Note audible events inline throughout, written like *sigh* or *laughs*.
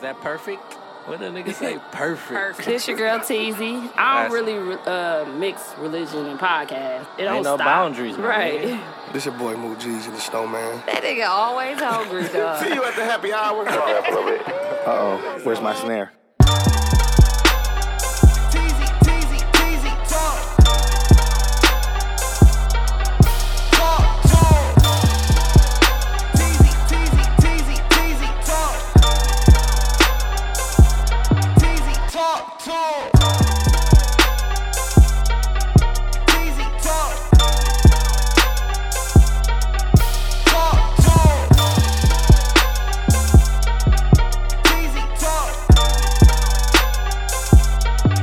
that perfect? What a nigga *laughs* say? Perfect. Perfect. This your girl Teasy. I That's- don't really uh, mix religion and podcast. It don't Ain't no stop. boundaries, man. right? This your boy Moo G's and the Snowman. That nigga always *laughs* hungry, dog. See you at the happy hour. Uh-oh, where's my snare? Teasy, teasy, teasy, talk. Talk, talk. Teasy, teasy, teasy, teasy, talk. Teasy, talk, talk. Teasy, talk. Talk, talk. Teasy, talk.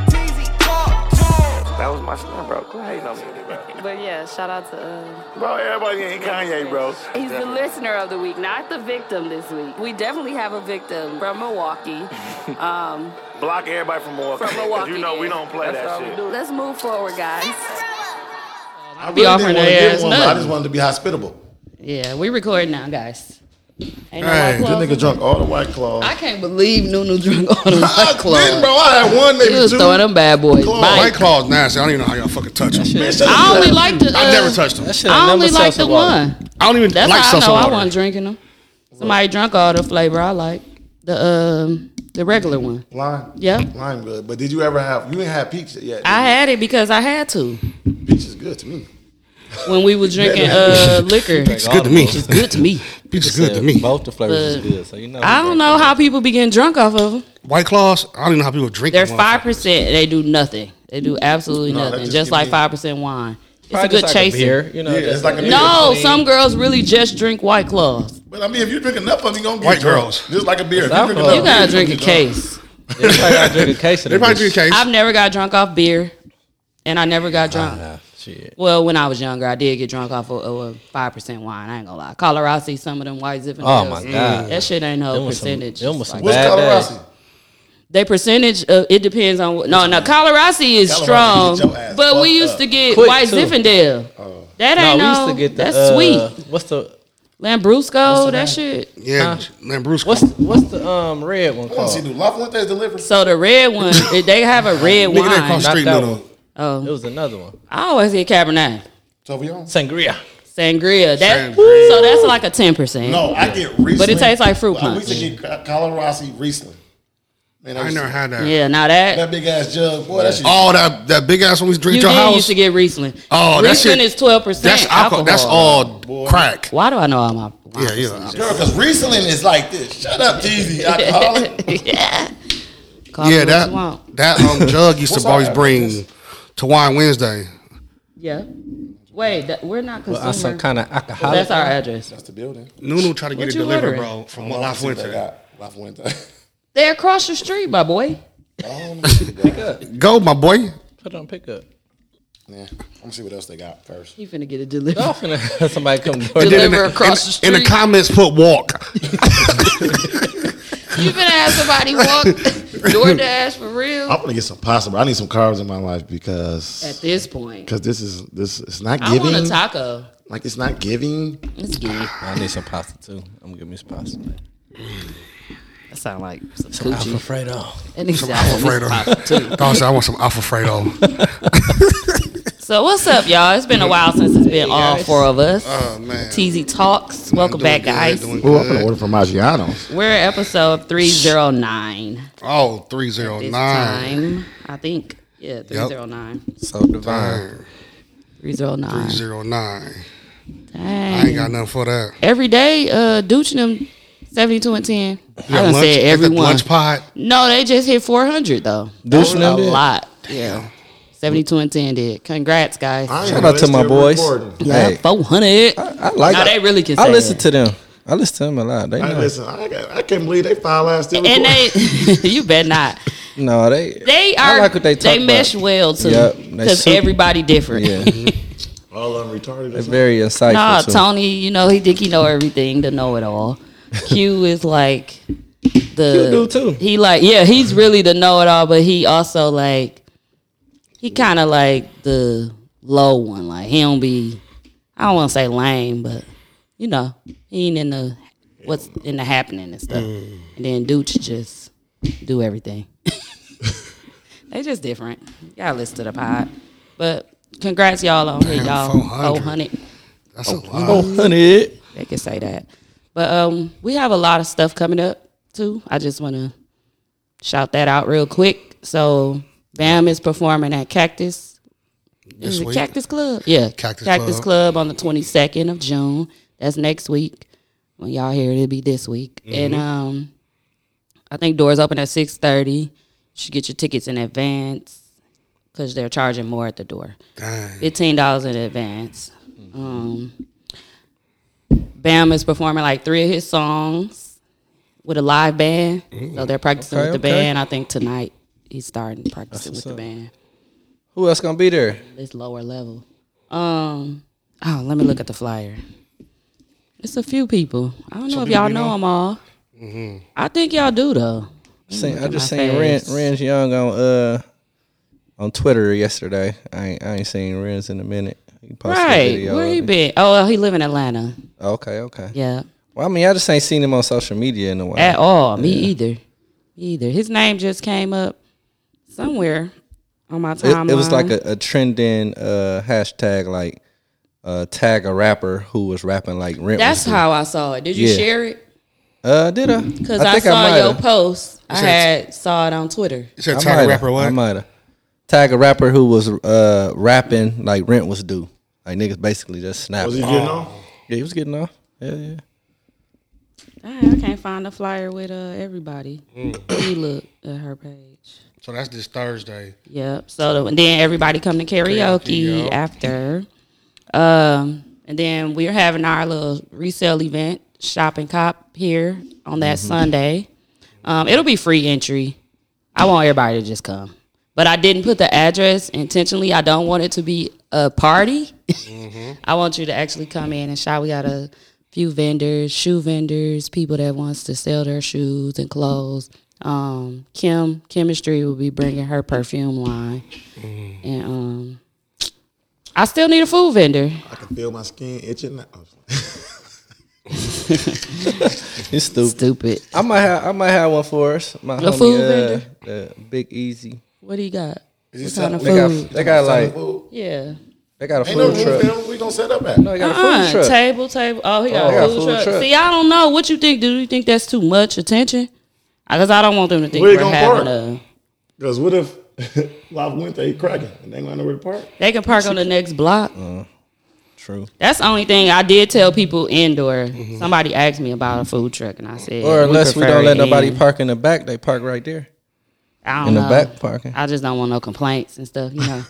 Teasy, talk, talk. That was my snare, bro. Quit hating on me, bro. But yeah, shout out to. Uh, Bro, everybody ain't Kanye, bro. he's the listener of the week, not the victim this week. We definitely have a victim from *laughs* Milwaukee. Block everybody from Milwaukee. From 'cause Milwaukee, you know we yeah. don't play That's all that we shit. do. Let's move forward, guys. I Be really offering didn't want to their get ass one, but I nuts. just wanted to be hospitable. Yeah, we record now, guys. Ain't no Hey, white this claws. nigga drunk all the white claws. I can't believe Nunu drunk all *laughs* them I white didn't, claws. bro. I had one, He maybe was two. throwing them bad boys. Claw- Bite. White claws nasty. I don't even know how y'all fucking touch them. Man, shut I up. only like the. I uh, never touched them. That shit I ain't only never like social the water. one. I don't even That's like how I seltzer know I water. wasn't drinking them. Somebody drunk all the flavor I like. The um the regular one. Lime, Yeah. lime good. But did you ever have? You ain't had peach yet. I had it because I had to peach is good to me. when we was drinking uh liquor. Like all the It's good to me. Peach is flavors. good to me. Both the flavors is But good, so you know. I don't know how people be getting drunk off of them. White claws. I don't even know how people drink. They're them, five percent. They do nothing. They do absolutely No, that nothing. just Just, give like me- five percent wine. It's Probably a good just like chaser. beer, you know. Yeah, just it's like a a beer. No, some girls really just drink White Claws. But I mean, if you drink enough of them, you gonna get White drunk. girls. Just like a beer. If It's drink alcohol. enough You gotta beer, drink a you gonna get drunk. case. They probably gotta drink a case of They that probably bitch. drink a case. I've never got drunk off beer, and I never got drunk. Nah, Ah, shit. Well, when I was younger, I did get drunk off of five percent wine. I ain't gonna lie. Colorado, see some of them white zipping. Oh pills. my God. that shit ain't no Them was some- percentage. them was some Like, What's Bad Colorasi? day. They percentage of it depends on what. No, no, Colorasi is Colorasi get your ass strong, but we fucked used up. Oh. to get Quick, White too. Zinfandel. That No, ain't we no. used to get the. that's uh, sweet. What's the Lambrusco, that shit. Yeah, man, Bruce. what's what's the um red one I want to see called? do La Fuente's delivered. So the red *laughs* one, if they have a red Nigga, that wine. cross street that noodle. one. It Oh, was another one. I always get Cabernet, Sauvignon. Sangria. sangria. That Sangria. so that's like a ten percent. No, I get Riesling. But it tastes like fruit punch. We used to get Colorasi Riesling. Man, I ain't used to- never had that. Yeah, now that that big ass jug. Boy, that shit. Oh, that that big ass one we drink you at your did house. used to get Riesling. Oh, that Riesling shit- is twelve percent. that's alcohol. That's all crack. Why do I know all my? wine Yeah, yeah. Girl, because Riesling is like this. Shut up, Jeezy, *laughs* alcoholic. percentage? yeah. Call me what Yeah, you that want. that um *laughs* jug used What's to always up? bring to Wine Wednesday. Yeah. Wait, that, we're not Well, consumer. I'm some kind of alcoholic. that's our address. That's the building. Nunu tried to get What it you delivered, ordering? bro, from La Fuente. *laughs* La Fuente. They're across the street, my boy. I'm gonna Go, my boy. Put on pickup. *laughs* see what else they got first. You finna get it delivered. Oh, Y'all finna have somebody come. And then in Deliver across the in, in the street. comments, put walk. You finna have somebody *laughs* walk DoorDash for real. Oh. I'm gonna get some pasta, but I need some carbs in my life because At this point, because this is this it's not I want giving. a taco. Like it's not giving. It's good. I need some pasta too. I'm gonna give me some pasta. That sound like some I'm coochie. afraid of. That nigga Some sound like Alfredo. Dawg said, I want some Alfredo. So what's up, y'all? It's been a while since it's been all four of us. *laughs* Oh man. TZ Talks. Welcome back, guys. Oh, I'm gonna order from Maggiano's. We're at episode three zero nine. Oh, 309. This time, I think. Yeah, three zero nine. So divine. Darn, Three zero nine. 309. I ain't Dang. got nothing for that. Every day, uh, Dooch and them seventy two and ten. I got done lunch- said got that everyone. Lunch pot. No, they just hit 400 though. That's Deuce a and them did? lot. Yeah. 72 and 10 did. Congrats, guys. Shout out to my boys. yeah, 400. I like. No, they really can I say listen that. to them. I listen to them a lot. They Hey, know. listen, I, got, I can't believe they filed last year. and they, *laughs* you bet not. No, they. They I are. like what they talk about. mesh well too, Yep, they because super- everybody different. *laughs* Yeah, all of them retarded. they're very insightful. Nah, too. Tony, you know he think he know everything, the know it all. Q is like the Q do, too. He like yeah, he's really the know it all, but he also like he kind of like the low one. Like he don't be, I don't want to say lame, but Mm. you know he ain't in the what's in the happening and stuff. And then Dooch just do everything. *laughs* they just different. Y'all listen to the pod. But congrats y'all on here, Damn, y'all. 400. 400. That's a lot. Oh, honey. They can say that. But um, we have a lot of stuff coming up too. I just want to shout that out real quick. So Bam is performing at Cactus This is it week. Cactus Club? Yeah. Cactus Club. on the 22nd of June. That's next week. When y'all hear it, it'll be this week. Mm-hmm. And um, I think doors open at 6.30. You should get your tickets in advance because they're charging more at the door. Dang. $15 in advance. Um, Bam is performing like three of his songs with a live band. So they're practicing Okay, with the okay. band. I think tonight he's starting practicing with what's the up. band Who else gonna be there? this lower level. Um, oh, let me look at the flyer. It's a few people. I don't know if y'all know them all. Mm-hmm. I think y'all do though. Seen- I just my seen Ren, face. Ren's Young on uh on Twitter yesterday. I ain't, I ain't seen Ren's in a minute. He posted a Right? video Where of he it. been? Oh, he live in Atlanta. Okay, okay. Yeah. Well, I mean, I just ain't seen him on social media in a while. At all? Me either. Me either. His name just came up somewhere on my timeline. It, it was like a, a trending uh, hashtag, like uh, tag a rapper who was rapping like Rent. That's was doing. how I saw it. Did you Yeah. share it? Uh, did I? Because I, saw might your have. post. I said- had saw it on Twitter. You said I tiger might rapper have. I what? might have. Tag a rapper who was uh, rapping like Rent was due. Like niggas basically just snapped. Was he getting Oh. on? Yeah, he was getting off. Yeah, yeah. Dang, I can't find a flyer with uh, everybody. Mm. Let me look at her page. So that's this Thursday. Yep. So the, then everybody come to karaoke Karaoke, after. Um, and then we're having our little resale event, Shop and Cop, here on that Sunday. Um, it'll be free entry. I want everybody to just come. But I didn't put the address intentionally. I don't want it to be a party. I want you to actually come in and shop. We got a few vendors, shoe vendors, people that wants to sell their shoes and clothes. Um, Kim Chemistry will be bringing her perfume line, and um, I still need a food vendor. I can feel my skin itching. now. He's stupid. Stupid. I might have I might have one for us. My homie, food uh, vendor? the Big Easy. What do you got? What sell- kind of They got food? they got like Food. Yeah. they got a Ain't no food room truck. for them. We gonna set up at. No, they got a Uh, food truck. table, table. Oh, he got Oh, a food, truck. See, yeah. I don't know what you think. Do you think that's too much attention? Because I don't want them to think Where you we're gonna having park? a. Because what *laughs* if Live Wednesday cracking and they ain't gonna know where to park? They can park on the next block. True. That's the only thing I did tell people indoor. Somebody asked me about a food truck, and I said, Mm-hmm. Or unless we prefer don't let it nobody in. park in the back, they park right there I don't in the know. back parking. I just don't want no complaints and stuff. You *laughs* know,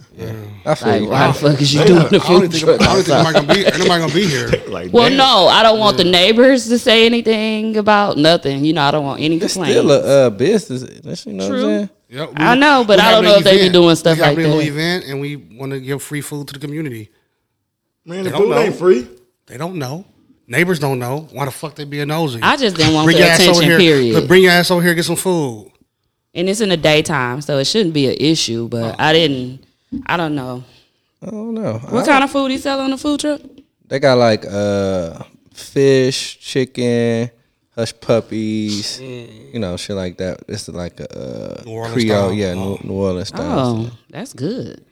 I feel like you. why the fuck *laughs* is you doing the I don't food think, I truck? don't think outside? nobody gonna be. Ain't nobody gonna be *laughs* here. Like, Well, damn. no, I don't want the neighbors to say anything about nothing. You know, I don't want any It's complaints. still a uh, business. That's, you know True. what I'm saying? Yep, we- I know, but we I have don't an know if they be event. doing stuff we have like a little that. event, and we want to give free food to the community. man, the They don't food know. ain't free. They don't know. Neighbors don't know. Why the fuck they being nosy? I just didn't want bring the your ass over attention, here. period. Look, bring your ass over here. and Get some food. and it's in the daytime, so it shouldn't be an issue. Oh. But I didn't. I don't know I don't know. I what kind of food he sell on the food truck. They got like uh fish, chicken, hush puppies, you know, shit like that. It's like a uh, New Orleans Creole, style. Oh. yeah, New, New Orleans style. Oh, that's good.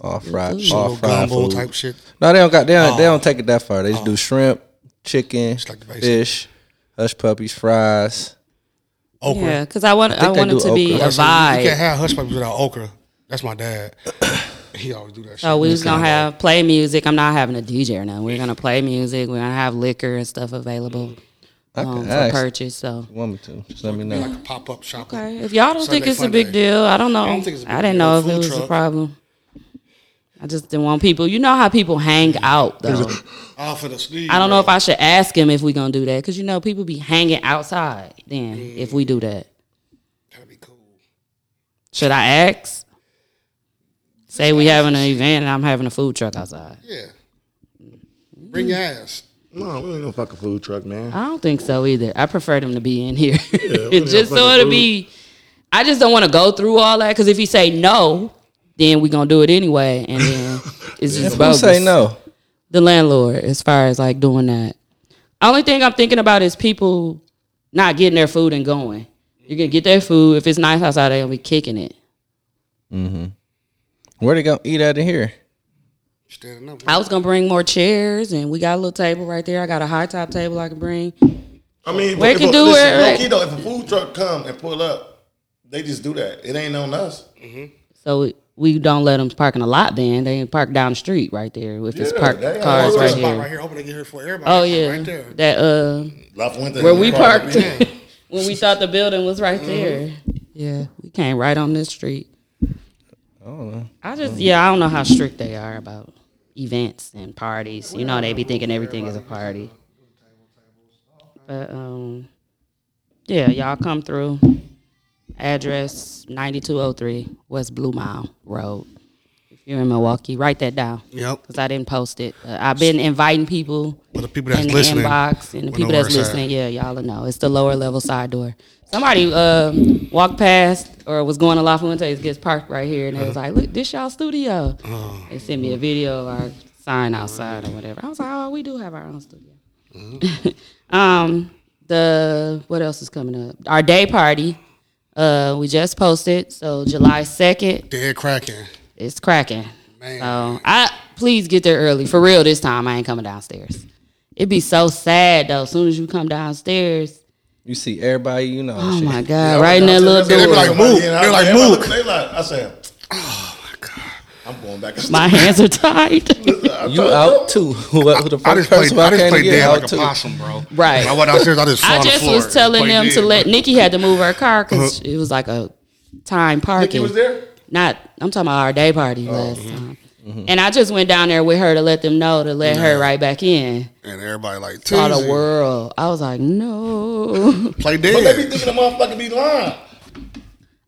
All fried, all Little fried gumbo food. type shit. No, they don't got they don't, they don't take it that far. They just do shrimp, chicken, like the basic. fish, hush puppies, fries. Okra. Yeah, because I want I, think they want it do to be okra. a That's You can't vibe. have hush puppies without okra. That's *coughs* my dad. he always do that. So shit. we was gonna have play music. I'm not having a DJ or nothing. We're gonna play music. We're gonna have liquor and stuff available um, I for asked- purchase. So You want me to? Just let me know. like a pop up shop. okay, if y'all don't Sunday think it's fun a big day. deal, I don't know. I, don't think it's a big didn't deal. know if Food it was a truck. problem. I just didn't want people. You know how people hang out though. Off of the sleeve. I don't know if I should ask him if we're gonna do that because you know people be hanging outside. Then if we do that, That'd be cool. should I ask? Say we having an event and I'm having a food truck outside. Yeah. Bring your ass. No, we ain't no fucking food truck, man. I don't think so either. I prefer them to be in here. *laughs* we just don't so it'll be I just don't want to go through all that because if he say no, then we gonna do it anyway. And *laughs* then it's just Who bogus. say no? The landlord as far as like doing that. Only thing I'm thinking about is people not getting their food and going. You can get their food. If it's nice outside, they're gonna be kicking it. Where they gonna eat out of here? Standing up. I was gonna bring more chairs, and we got a little table right there. I got a high top table I can bring. I mean, Where if can a- do listen, it, low like- key though, if a food truck come and pull up, they just do that. It ain't on us. So we don't let them park in the lot. Then they park down the street right there with his Yeah, parked they- cars Oh, right yeah. here. right here. Hoping they get here for everybody. Oh yeah, Right there. that uh, La Fuente where is we probably- *laughs* parked Mm-hmm. when we thought the building was right there. Yeah, we came right on this street. I don't know. Mm. I just yeah, I don't know how strict they are about events and parties. You know, they be thinking everything is a party. But um, yeah, y'all come through. Address ninety two oh three West Blue Mile Road. If you're in Milwaukee, write that down. Yep. Cause I didn't post it. But I've been inviting people But the people that's in the listening inbox and the will people know that's where it's at. listening, yeah, y'all will know. It's the lower level side door. Somebody um walked past or was going to La Fuente's gets parked right here, and they was Uh-huh. like, "Look, this y'all studio." They sent me a video of our sign outside or whatever. I was like, "Oh, we do have our own studio." *laughs* Mm-hmm. um, the what else is coming up? Our day party. Uh, we just posted, so July second, Dead cracking. it's cracking. Man. So I please get there early for real. This time I ain't coming downstairs. It'd be so sad though. As soon as you come downstairs, You see everybody you know. and oh shit. my god, right in that They little be door, like, move. They They like, like, move. move. They like, I said, oh my God. I'm going back. my hands *laughs* are tied. You out too? *laughs* Who, who the fuck I just played. person I just can't played get dead out like a too? possum, bro. Right. When I went downstairs. I just. Fell I on the just floor was and telling played them to dead. let Nikki had to move her car because it was like a time parking. Uh-huh. Nikki was there? Oh, mm-hmm. Not I'm talking about our day party last time. And I just went down there with her to let them know to let her right back in. And everybody like. Saw the Tuesday, world. I was like, *laughs* no. Play But they dead. be thinking the motherfucker be lying.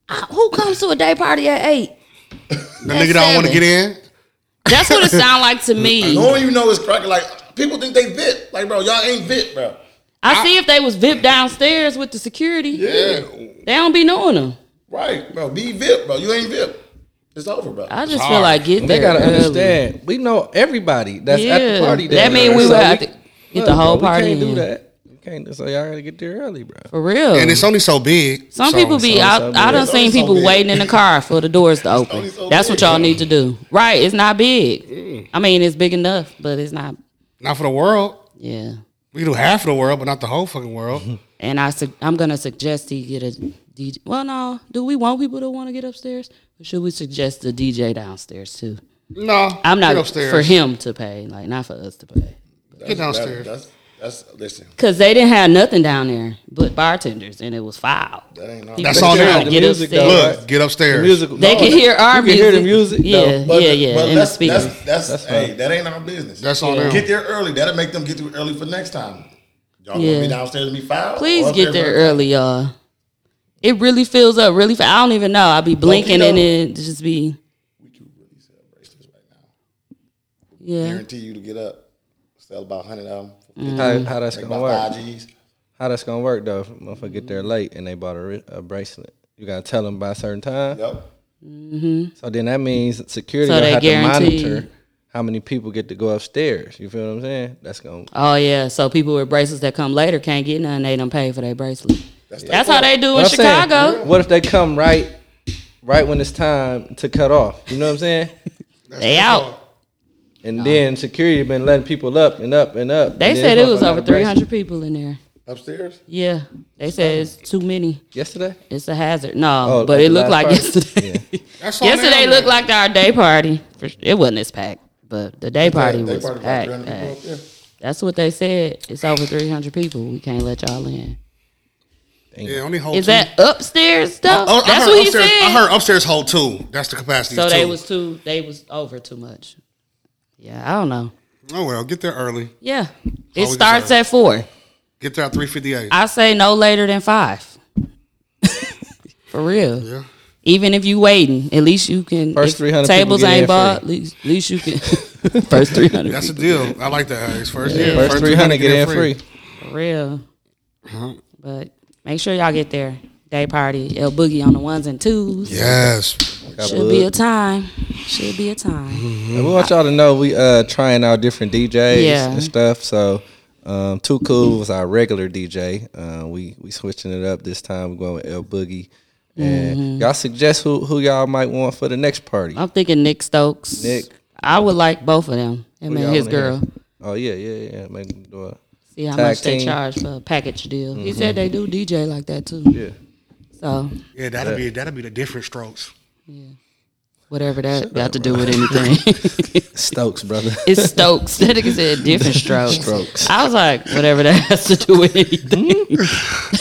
Uh, Who comes to a day party at eight? The nigga don't want seven. to get in. That's what it sound *laughs* like to me. Knowing you know it's cracking, like people think they vit. Like, bro, y'all ain't vit, bro. I see if they was VIP downstairs with the security. Yeah, They don't be knowing them. right, bro. Be vip, bro. You ain't vip. It's over, bro. I just feel like get there. They gotta early. understand. We know everybody that's Yeah. at the party. That mean we So would have to get the look, whole bro, party. We can't do in. that. We can't. So y'all gotta get there early, bro. For real. And it's only so big. Some so- people be so- out. so I done big. seen It's only so people big. waiting in the car for the doors to open. only so That's what big. y'all need to do. Right. It's not big. I mean, it's big enough, but it's not. Not for the world. Yeah. We do half of the world, but not the whole fucking world. And I su- I'm gonna suggest he get a DJ. Well, no. Do we want people to want to get upstairs? Or should we suggest a DJ downstairs too? No, I'm not get upstairs. for him to pay, like not for us to pay, Get downstairs. That- that's that's listen. because they didn't have nothing down there but bartenders, and it was foul. That ain't no. People That's was all trying them. to get The music, upstairs. though. Look, get upstairs. Musical. They no, can hear our you music. Can hear the music. Yeah, though. yeah, yeah. In the that's, speakers. that's that's hey, that ain't our business. That's on them. Get there early. That'll make them get through early for next time. Y'all Yeah. gonna be downstairs and be foul. Please or get upstairs there early. early, y'all. It really fills up really fast. I don't even know. I'll be blinking and though. it just be. Yeah, Guarantee you to get up. Sell about hundred of them. How, how that's Make gonna about work? five G's. How that's gonna work though? If a motherfucker get there late and they bought a, ri- a bracelet. You gotta tell them by a certain time. Yep. So then that means security So gonna they have guarantee- to monitor how many people get to go upstairs. You feel what I'm saying? That's gonna oh yeah. So people with bracelets that come later can't get none. They don't pay for their bracelet. That's, how they do Oh, in What I'm saying, Chicago. what if they come right, right when it's time to cut off? You know what I'm saying? They out. And then security been letting people up and up and up. They and then said it this was over motherfucker got a bracelet. 300 people in there. Upstairs. Yeah. They said it's too many. yesterday. It's a hazard. No, Oh, but at it the looked last like party? yesterday. That's on yesterday them. looked like our day party. For sure. It wasn't as packed, but the day party Yeah, they was probably got packed. 300 people packed. up there. That's what they said. It's over 300 people. We can't let y'all in. Yeah, only hold Is two. that upstairs though? Oh, I That's heard what he upstairs, said. I heard upstairs hold two. That's the capacity. so of they two. was too. They was over too much. Yeah, I don't know. Oh well, get there early. Yeah, it we starts deserve. at four. Get there at three fifty eight. I say no later than five. *laughs* For real. Yeah. Even if you waiting, at least you can. First if 300 people tables get in ain't free. bought. At least, at least you can. *laughs* first three hundred. That's a deal. I like that. Hayes. First, yeah, First 300 get in free. For real. But make sure y'all get there. Day party, El Boogie on the ones and twos. Yes. Got Should be a booked. time. Should be a time. Mm-hmm. And we want y'all to know we uh trying out different DJs Yeah. and stuff. So Um, Too Cool was our regular DJ. Uh, we we switching it up this time. We're going with L Boogie. And y'all suggest who who y'all might want for the next party. Mm-hmm. I'm thinking Nick Stokes. Nick. I would like both of them. Him y'all and his wanna hear? girl. Oh yeah, yeah, yeah. Make them do it. See how Tag much they team. Mm-hmm. charge for a package deal. He said they do DJ like that too. Yeah. So Yeah, that'll be that'll be the different strokes. whatever that got to do with anything. *laughs* Stokes, brother. it's Stokes. That nigga said *laughs* different strokes. Strokes. I was like, whatever that has to do with anything.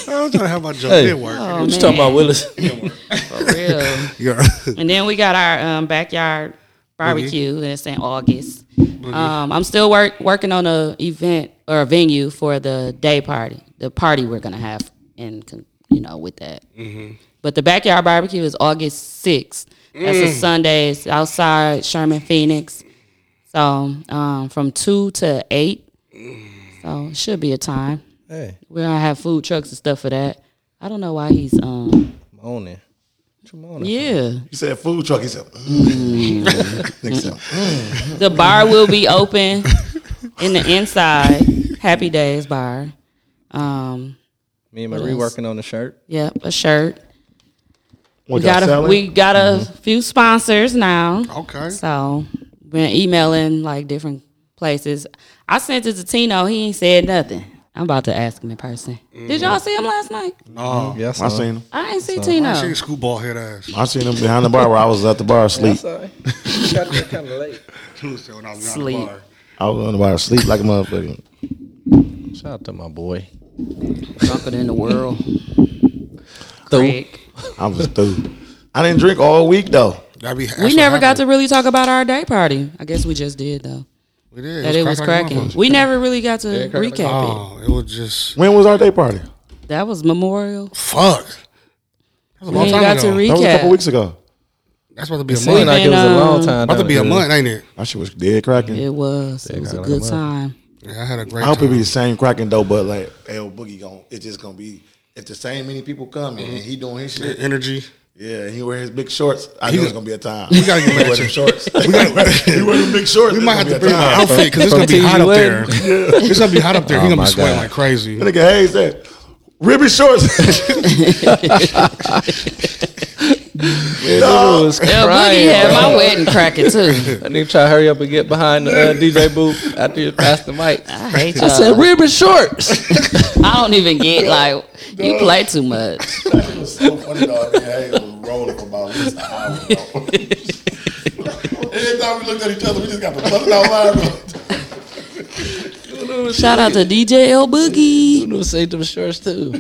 I was trying to have my job Hey. at work. Oh, *laughs* You talking about Willis? *laughs* For real. Yeah. *laughs* And then we got our um, backyard barbecue that's in August. Um, I'm still work, working on a event or a venue for the day party, the party we're gonna have, and you know with that. But the backyard barbecue is August 6th. That's a Sunday. It's outside Sherman Phoenix. So um, from two to eight. So it should be a time. hey, We're gonna have food trucks and stuff for that. I don't know why he's um morning. What you moaning? yeah. You said food truck. He said, mm. Next time. The bar will *laughs* be open in the inside. Happy Days Bar. Um, Me and Marie working on the shirt. yep, a shirt. What We Oh, got a selling? we got a few sponsors now. Okay. So been emailing like different places. I sent it to Tino. He ain't said nothing. I'm about to ask him in person. Did y'all see him last night? No. Yeah, I seen him. Mm-hmm. I ain't see Tino. She a school ball head ass. *laughs* I seen him behind the bar where I was at the bar asleep. Sorry, got there kind of late. Tuesday when I was Sleep. Sleep. Bar. I was on the bar asleep like a motherfucker. Shout out to my boy. Drunker than the world. Craig. I was through. I didn't drink all week though. That'd be, that's We what never got to happened. really talk about our day party. I guess we just did though. We did. That it was crack like cracking. motherfuckers. We never really got to crack like- recap it. Oh, it was just When was our day party? That was Memorial. fuck. That was a We long ain't time got to ago. That was a couple recap. weeks ago. That's supposed to be a Seemed month. like it was a long um, time. About to don't be a it? month, ain't it? That shit was dead cracking. It was. It was a got good them up. time. Yeah, I had a great I hope it time. be the same cracking though, but like L Boogie gon' it's just gonna be if the same many people come and he doing his shit. energy. Yeah, and he wear his big shorts. I know it's gonna be a time. We gotta get He wear back them to shorts. we he wear them big shorts. We It's might gonna have be to a bring time. my outfit because it's From gonna be hot up TG there. It's gonna be hot up there. He's Oh, gonna my be sweating God. like crazy. *laughs* Nigga Hayes said, ribbon shorts. *laughs* *laughs* It was Yeah, crying. Boogie had my wedding cracking too. I need to try to hurry up and get behind the uh, DJ booth after you pass the *laughs* mic. I hate I said y'all. ribbon shorts. I don't even get like you play too much. It was so funny, dog. Me and Hayes was rolling for about at least an hour. dog. Every time we looked at each other, we just got to busting out laughing. Shout out to DJ L Boogie. Who say them shorts too?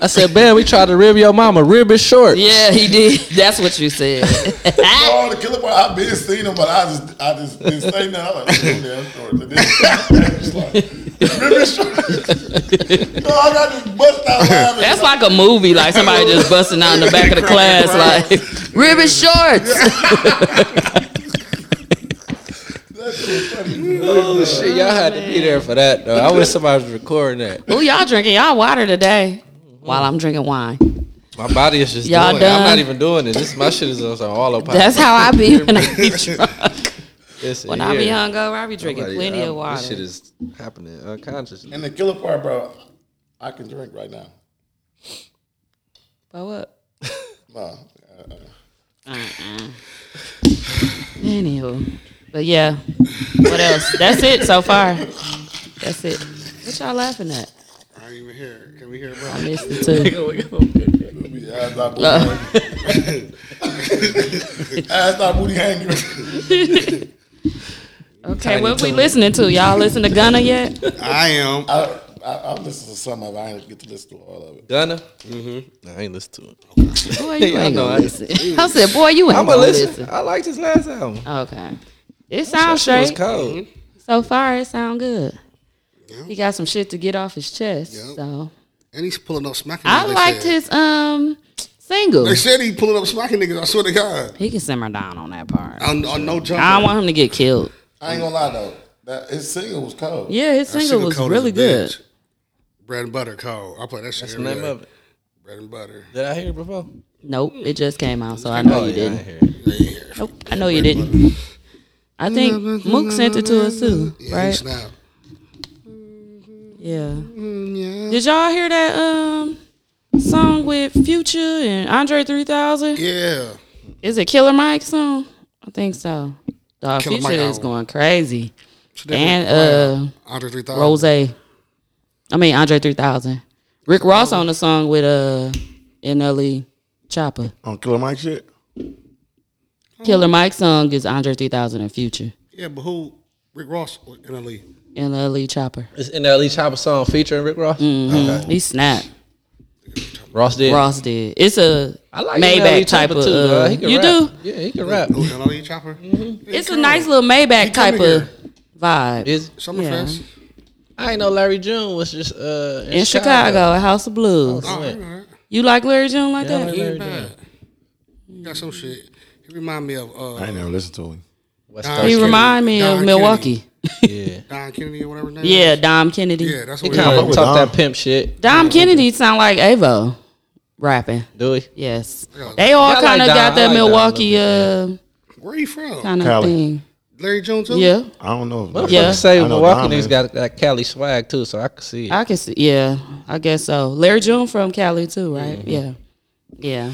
I said, man, we tried to rib your mama. Ribbon shorts. Yeah, he did. That's what you said. *laughs* Oh, the killer part, I've been seen him, but I just, I just didn't say nothing. I was like, "Ribbon damn shorts." And then- just like, ribbon shorts. *laughs* No, I got this bust out laughing. That's like a movie, like somebody just busting out in the back of *laughs* the class, like ribbon shorts. Oh, shit, y'all had to be there for that. Though. I wish somebody was recording that. Ooh, y'all drinking y'all water today while I'm drinking wine. My body is just Y'all doing it. I'm done? not even doing it. This my shit is on some all up. That's how I be when I be drunk. It's When here. I be hungover, I be I'm drinking like, plenty I'm- of water. This shit is happening unconsciously. And the killer part, bro, I can drink right now. Bow up. No. uh. Anywho, but yeah, what else? That's it so far. That's it. What y'all laughing at? I ain't even hear. Can we hear I about? missed it too. Ass not booty hanging. *laughs* Ass not booty hanging. Okay, what we listening to? Y'all listen to Gunna *laughs* yet? I am. I, I, I'm listening to some of it. I ain't get to listen to all of it. Gunna? Mm-hmm. I ain't listen to it. Boy, you I ain't know, gonna I- listen. *laughs* I said, boy, you ain't I'm gonna gonna listen. listen. I liked his last album. Okay, it sounds Shit was straight Mm-hmm. cold. so far. It sound good. He got some shit to get off his chest. So And he's pulling up smacking. I niggas, they liked said. his um single. They said he pulling up smacking niggas. I swear to God. He can simmer down on that part. Oh, I On, on no jump. don't want him to get killed. I ain't gonna lie though. That his single was cold. Yeah, his That single shit was cold as a really good. bitch. Bread and butter cold. I play that shit That's the every name day. of it. Bread and butter. Did I hear it before? Nope, it just came out, so I know Oh, you yeah, I didn't. hear it. Nope, I know you didn't. I think Mook sent it to us too, Yeah, he right? snapped. Yeah. Did y'all hear that um song with Future and Andre 3000? Yeah. Is it Killer Mike song? I think so. Dog, Killer Future Mike is album. going crazy. And Wow. uh Andre 3000. Rose. I mean Andre 3000. Rick Ross on the song with uh NLE Chopper. On Killer Mike shit? Killer Mike song is Andre 3000 and Future. Yeah, but who? Rick Ross or E? NLE. NLE Chopper. It's in that Lee Chopper song featuring Rick Ross. He snapped. Ross did. Mm. Ross did. It's a I like E Maybach Maybach type of. bro. uh, He can you rap. do. Yeah, Mm-hmm. he can rap. Who, NLE Chopper? It's a nice little Maybach type coming of here. vibe. Is Summerfest. I ain't know Larry June was just uh in, in Chicago, at House of Blues. Oh, yeah. You like Larry June like Yeah, I that? like He Larry ain't bad. He got some shit. He remind me of I ain't uh, never listened to him. West Nah, Coast. he Kennedy. remind me Don of Kennedy. Milwaukee. yeah. Don Kennedy or whatever his name. Yeah, is. Dom Kennedy. Yeah, that's He what kind fuck of with talk Dom. that pimp shit, Dom Kennedy sound like Avo rapping. do he? Yes, Yeah. they all Yeah, I like kind of Dom. got I that like Dom a little Milwaukee uh, Where he from? kind of Cali. thing. Larry Jones too? Yeah, I don't know. if- Motherfuckers Yeah. say I know Milwaukee Dom is. niggas got that Cali swag too, so I can see it. I can see. Yeah, I guess so. Larry June from Cali too, right? Yeah, yeah.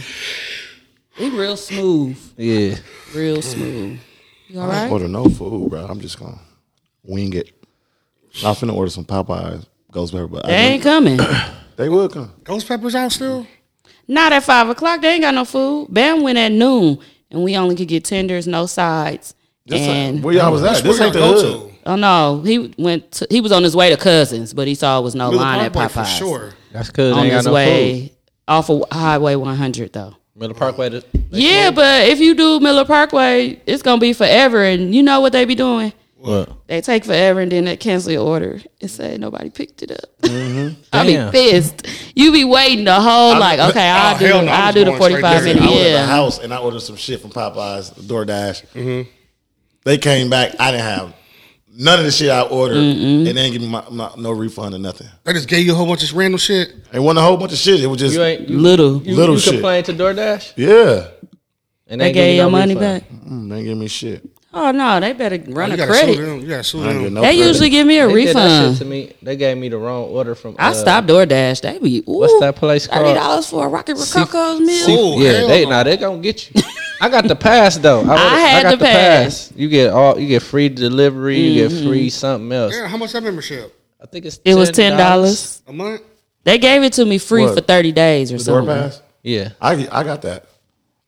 He real smooth, yeah. real smooth. You all right? order no food, bro. I'm just gonna wing it. I'm finna order some Popeyes ghost pepper, but I They ain't think coming. they would come. Ghost Peppers out still? *clears throat* Not at five o'clock. They ain't got no food. Bam went at noon, and we only could get tenders, no sides. This ain't, and where y'all was at? This Where ain't the y'all hood. go to? oh no, he went. To, he was on his way to cousins, but he saw it was no Miller line at Parkway Popeyes. for sure. That's good. On They ain't got his no way food. off of Highway 100 though. Miller Parkway. To, yeah, but if you do Miller Parkway, it's gonna be forever. And you know what they be doing? what? They take forever and then they cancel your order and say nobody picked it up. *laughs* I'll Mm-hmm. Damn. be pissed. You be waiting the whole *laughs* like, okay, I'll oh, do, hell no, I I'll was do the going straight forty five there. minute. I was at the Yeah, house and I ordered some shit from Popeyes, DoorDash. They came back. I didn't have none of the shit I ordered, and they didn't give me my, my, no refund or nothing. They just gave you a whole bunch of random shit. It wasn't a whole bunch of shit. It was just You ain't you, little. you, Little you shit. complained to DoorDash yeah. and They ain't give you gave your no money refund. back. Mm, they didn't give me shit. Oh no, they better run You a gotta sue credit. them. You gotta I sue didn't get them. no They credit. usually give me a They did that shit to refund. me. They gave me the wrong order from. I uh, stopped DoorDash. They be ooh, What's that place Thirty called? dollars for a Rocket Rococo's meal. See- Oh, yeah, hell they no. nah, they gonna get you. I got the *laughs* pass though. I, ordered- had got the pass. Mm-hmm. You get all. You get free delivery. You get free something else. Yeah, how much that membership? I think it's. $10. It was ten dollars. A month? They gave it to me free What? for thirty days or Door something. pass. Yeah, I I got that.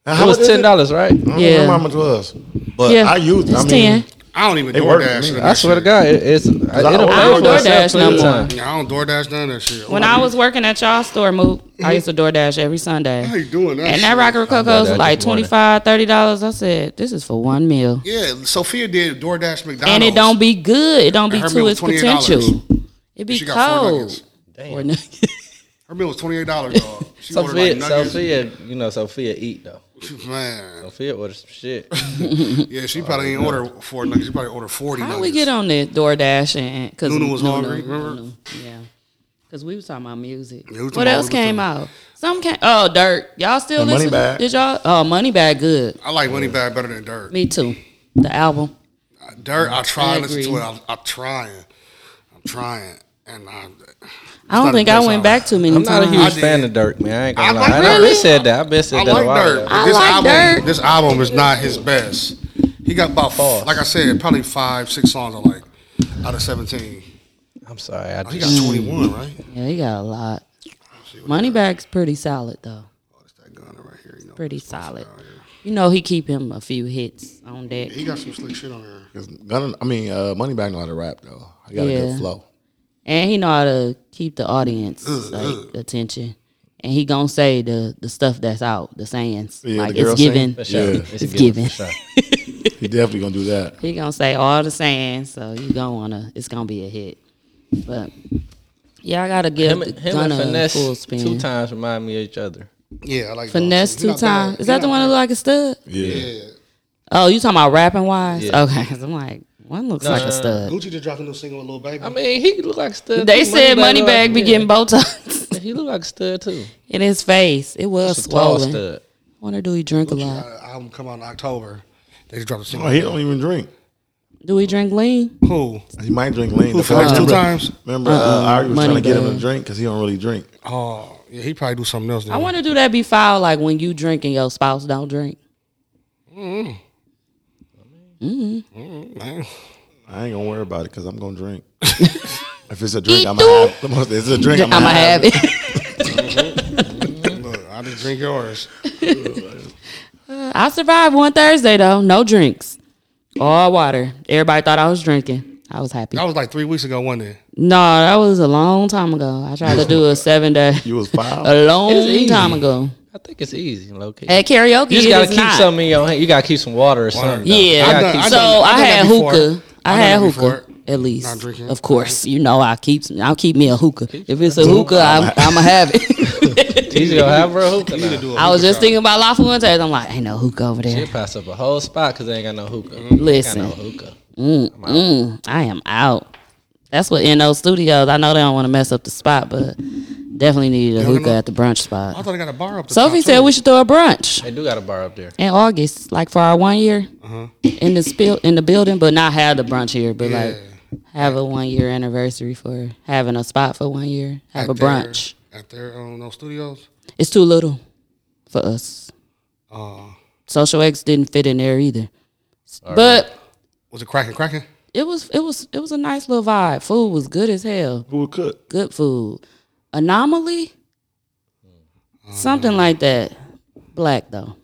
And it how much is was ten dollars, right? I don't remember Yeah. how much it was, but Yeah, I used. it. I it's mean, 10. I don't even It worked for DoorDash. me. none of I that swear to shit. God, it, it's. I, I it'll don't pay for DoorDash itself no more. sometime. Yeah, I don't DoorDash none of that shit. When I was working at y'all store, move, I used to DoorDash every Sunday. How you doing that? And that shit? Rocket Rococo's I was like just wanted- $25, $30. I said, this is for one meal. Yeah, Sophia did DoorDash McDonald's. And it don't be good. It don't be Her to meal its was $28. potential. It be She got four nuggets. cold. Or nuggets. Her bill was twenty eight dollars, dog. She ordered Sophia, like nuggets. Sophia, you know Sophia eat though. Man, Sophia ordered some shit. yeah, she probably didn't order four nuggets. She probably ordered forty. How nuggets. we get on the DoorDash and because Nunu was hungry, remember? yeah, because we was talking about music. Yeah, we was what talking else about- came out? Some came. Oh, Dirt. Y'all still And listen? Moneybag. Did y'all? Oh, Moneybag, good. I like Money Bag better than Dirt. Me too. The album. Dirt, I try I to listen to agree. it. I, I'm trying, I'm trying, and I. I don't not think a I good went song. back too many I'm not a times. huge did. fan of Dirk, man. Mm, I ain't I gonna like lie. And I Dirk. been said that. I been said I that a like while Dirt. ago. I this like album, Dirt. this album is not his best. He got about, f- like I said, probably five, six songs I like out of seventeen. I'm sorry. I He just, got Mm. twenty one, right? Yeah, he got a lot. Moneybag's pretty solid though. What's Oh, that gunner right here? You know, Pretty solid. You know he keep him a few hits on deck. he got some slick shit on there. 'cause Gunna- I mean, uh, Moneybag know how to rap though. I got a Yeah. good flow. and he know how to keep the audience like attention. And he gonna say the the stuff that's out, the sayings. Yeah, like the girl it's given. saying- sure. Yeah. It's, It's given. given. for sure. He definitely gonna do that. He gonna say all the sayings, so you gonna wanna it's gonna be a hit. But yeah, I gotta give Him, the and- him and Gunna a finesse full two spin. times remind me of each other. Yeah, I like Finesse two times. Is that the one that look like a stud? Yeah. Yeah, Oh, you talking about rapping wise? Yeah. Okay, *laughs* 'cause I'm like one looks like a stud. Gucci just dropped a new single with Lil Baby. I mean, he look like a *laughs* stud. They too. said Moneybagg Moneybag look- be yeah. getting Botox He look like a stud too. *laughs* in his face. It was It's a tall swollen. stud. Wonder do he drink a Gucci lot? got an album come out in October. They just dropped a Oh, single. he don't even drink. Do we drink lean? Who? He might drink lean. Who The flashed first- two times? Remember, uh, I was trying to Money get him to bag. drink because he don't really drink. Oh, yeah, he probably do something else. Then. I want to do that be foul like when you drink and your spouse don't drink. I ain't gonna worry about it because I'm *laughs* gonna drink. if it's a drink, I'm gonna have. If it's a drink, I'm I'm gonna gonna have. have it. *laughs* Look, I just drink yours. I survived one Thursday though, no drinks, all water. Everybody thought I was drinking. I was happy. That was like three weeks ago, wasn't it? No, that was a long time ago. I tried to do a seven day. *laughs* You was a foul. It's long easy. time ago I think it's easy, low key. at karaoke. you just it gotta is keep not. something in your hand. You gotta keep some water or something. though. Yeah, I I done- keep I so done- I, I done had that before. hookah. I, I done had that before. hookah. At least, Not drinking. of course, you know I keep. I'll keep me a hookah. If it's a hookah, I'm, I'm gonna have it. He's gonna have her a hookah. You need to now. do *laughs* a I was hookah just shot. thinking about La Fuentes. I'm like, ain't no hookah over there. She'll pass up a whole spot because they ain't got no hookah. Listen. Ain't got no hookah. Mm, I am out. That's what NO Studios. I know they don't want to mess up the spot, but definitely needed a don't hookah know? at the brunch I spot. thought I got a bar up the Sophie top, said too. we should throw a brunch They do got a bar up there. in August, like for our one year Uh-huh. in the spill in the building, but not have the brunch here, but like have a one year anniversary for having a spot for one year. Have At a brunch. Their, at their um, no studios. It's too little for us. Uh, Social X didn't fit in there either, but. was it cracking? Cracking? It was it was it was a nice little vibe. Food was good as hell. Who would cook? good food. Anomaly? Mm-hmm. Something like that. Black though.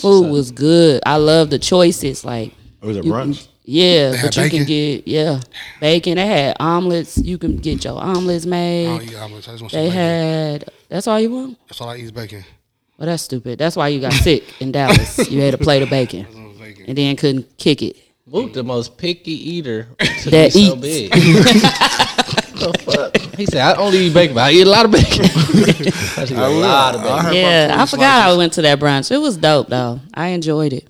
Food was good. I love the choices. Like, Oh, It was a brunch. yeah, had but you bacon? can get yeah, bacon. They had omelets. You can get your omelets made. I don't eat omelets. I just want some they bacon. had. That's all you want. That's all I eat is bacon. Well, that's stupid. That's why you got sick in Dallas. You had a plate of *laughs* bacon Bacon. and then couldn't kick it. Moot, the most picky *laughs* eater, to That be so eats. *laughs* big. The fuck? He said, "I only eat bacon, but I eat a lot of bacon. *laughs* I eat a lot of bacon. Yeah, I forgot I went to that brunch. It was dope though. I enjoyed it.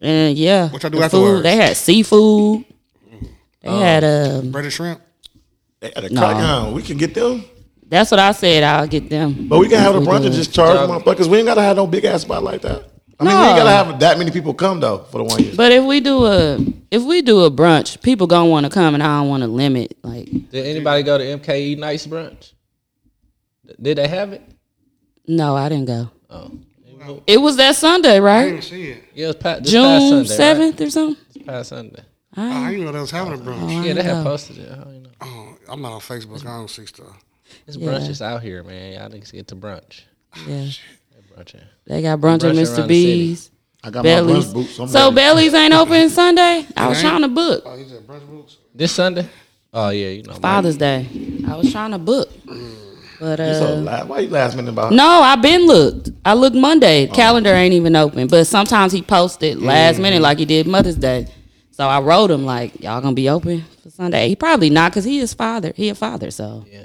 And yeah, What y'all do the afterwards? food, they had seafood. They had um. Breaded shrimp. They had a Nah. crack hound. We can get them, That's what I said. I'll get them. but we can have a we brunch do. and just charge motherfuckers. We ain't gotta have no big ass spot like that. I mean, we ain't No. gotta have that many people come though for the one year. But if we do a if we do a brunch, people gonna want to come, and I don't want to limit. Like Did anybody go to MKE Nights brunch? Did they have it? no, I didn't go. Oh, It was that Sunday, right? See it. yeah, it was past, this past June Sunday. Seven. seventh or something. Past Sunday. Oh, I didn't know they was having a brunch. Yeah, they had posted it. I don't know. Oh, I'm not on Facebook. I don't see stuff. This brunch is out here, man. Y'all niggas get to brunch. Yeah, Brunching. they got brunch at Brunch around the Mr. city. B's. I got my Bellies. brunch boots. I'm So ready. Bellies ain't open Sunday. I was trying to book He Oh, said brunch boots. This Sunday? Oh yeah, you know. my- Father's Day. I was trying to book, but uh, You so la- why you last minute about? No, I've been looked. I looked Monday. Oh. Calendar ain't even open. But sometimes he posted Mm. last minute like he did Mother's Day. So I wrote him like, Y'all gonna be open for Sunday? He probably not because he is father. He a father, so Yeah.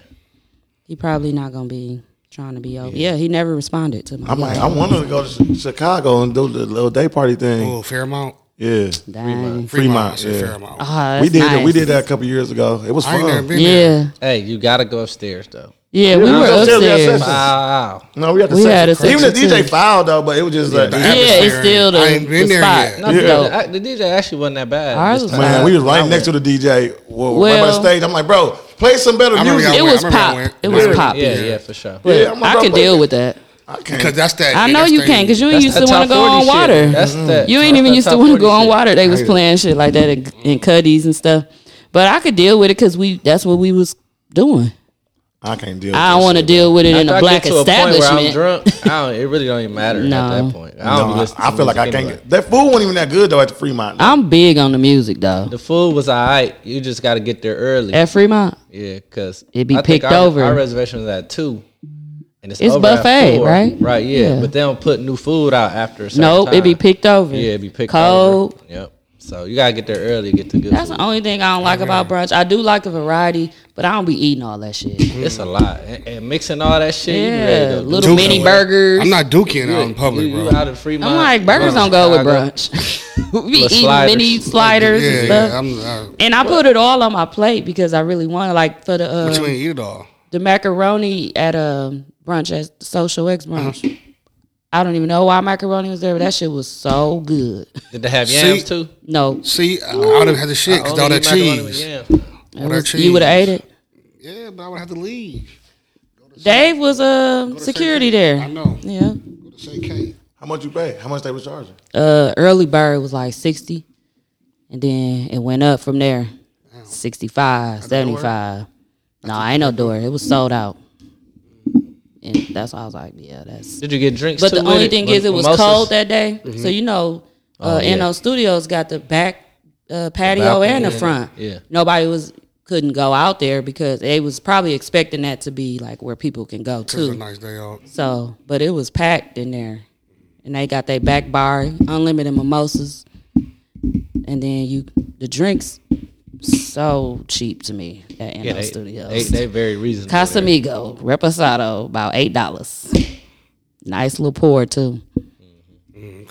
he probably not gonna be trying to be open. Yeah, he never responded to my I'm like, letter. I wanted to go to Chi- Chicago and do the little day party thing. Oh, Fairmont. Yeah, Dang. Fremont. I Fremont. said Yeah. Fairmont. Ah, that's we did nice. we did that a couple years ago. It was I ain't never fun. been there. Yeah. Hey, you gotta go upstairs though. Yeah, we we were upstairs, we had upstairs. sessions. Wow. No, we had the We had a section. even the section, DJ too. filed though, but it was just uh, like Yeah, Yeah, it's Atmosphere. still I the, ain't been the there spot. yet. No, Yeah. yeah. the, the DJ actually wasn't that bad. Ours this was time. Man, we was right next to the DJ. Well, right by Well- the stage. I'm like, bro, play some better I remember music. It I went- was I remember I pop. went. It was Yeah. pop. yeah, yeah, for sure. Yeah, I'm like, I bro, can play- deal with that. I Because can't. that's that. I know that's you that- can't because you ain't That's used the to top want to go on 40 shit. water. Mm. That's the, You ain't even that's used the to top want to go 40 on shit. water. They was playing shit like that in, in cuddies and stuff. But I could deal with it because we that's what we was doing. I can't deal. I don't want to to deal with it in After a I black get to a point where I'm establishment. drunk, I don't, it really don't even matter at No. that point. I I, don't be no, listening I, I to feel like I music can't. anyway. Get, that food wasn't even that good though at the Fremont. I'm big on the music though. The food was all right. You just got to get there early. At Fremont, yeah, because It be picked our, over. Our reservation was at two, and it's, It's over at buffet, four. right? Right. Yeah, Yeah. but they don't put new food out after. A certain nope, it be time. picked over. Yeah, it be picked cold. over. Yep. So you gotta get there early to get the good That's food. the only thing I don't like about brunch. I do like a variety, but I don't be eating all that shit. It's a lot, and, and mixing all that shit. you ready to Yeah, go little Duke mini somewhere. burgers. I'm not duking out in You- public, you, bro. You out of Fremont? I'm like burgers Fremont, don't go with Chicago. brunch. *laughs* we Little eating sliders. mini sliders Yeah, and stuff. yeah. I'm, uh, And I put it all on my plate because I really wanted like for the but you uh, ain't eat it all. um, Uh-huh. the macaroni at a brunch at Social X brunch. I don't even know why macaroni was there, but that shit was so good. Did they have yams See? too? No, See, I, I would have had the shit because Only all that eat macaroni with cheese. yams. It All that was- you would have ate it. Yeah, but I would have to leave. Dave was uh, security I there. know. Yeah. Go to Say K. How much you pay? How much they were charging? Uh, early bird was like 60. And then it went up from there 65, 75. No, I ain't no door. It was sold out. And that's why I was like, yeah, that's. Did you get drinks? But too the with only it? thing Mim- is, it was mimosas? Oh, cold that day. So, you know, uh, yeah. NO Studios got the back uh, patio balcony and the and- front. yeah. Nobody was couldn't go out there because they was probably expecting that to be like where people can go It was a to. nice day out. So, but it was packed in there, and they got their back bar, unlimited mimosas, and then you the drinks so cheap to me at NO Yeah, they, Studios. they, they very reasonable. there. Casamigo reposado about eight dollars. Nice little pour too.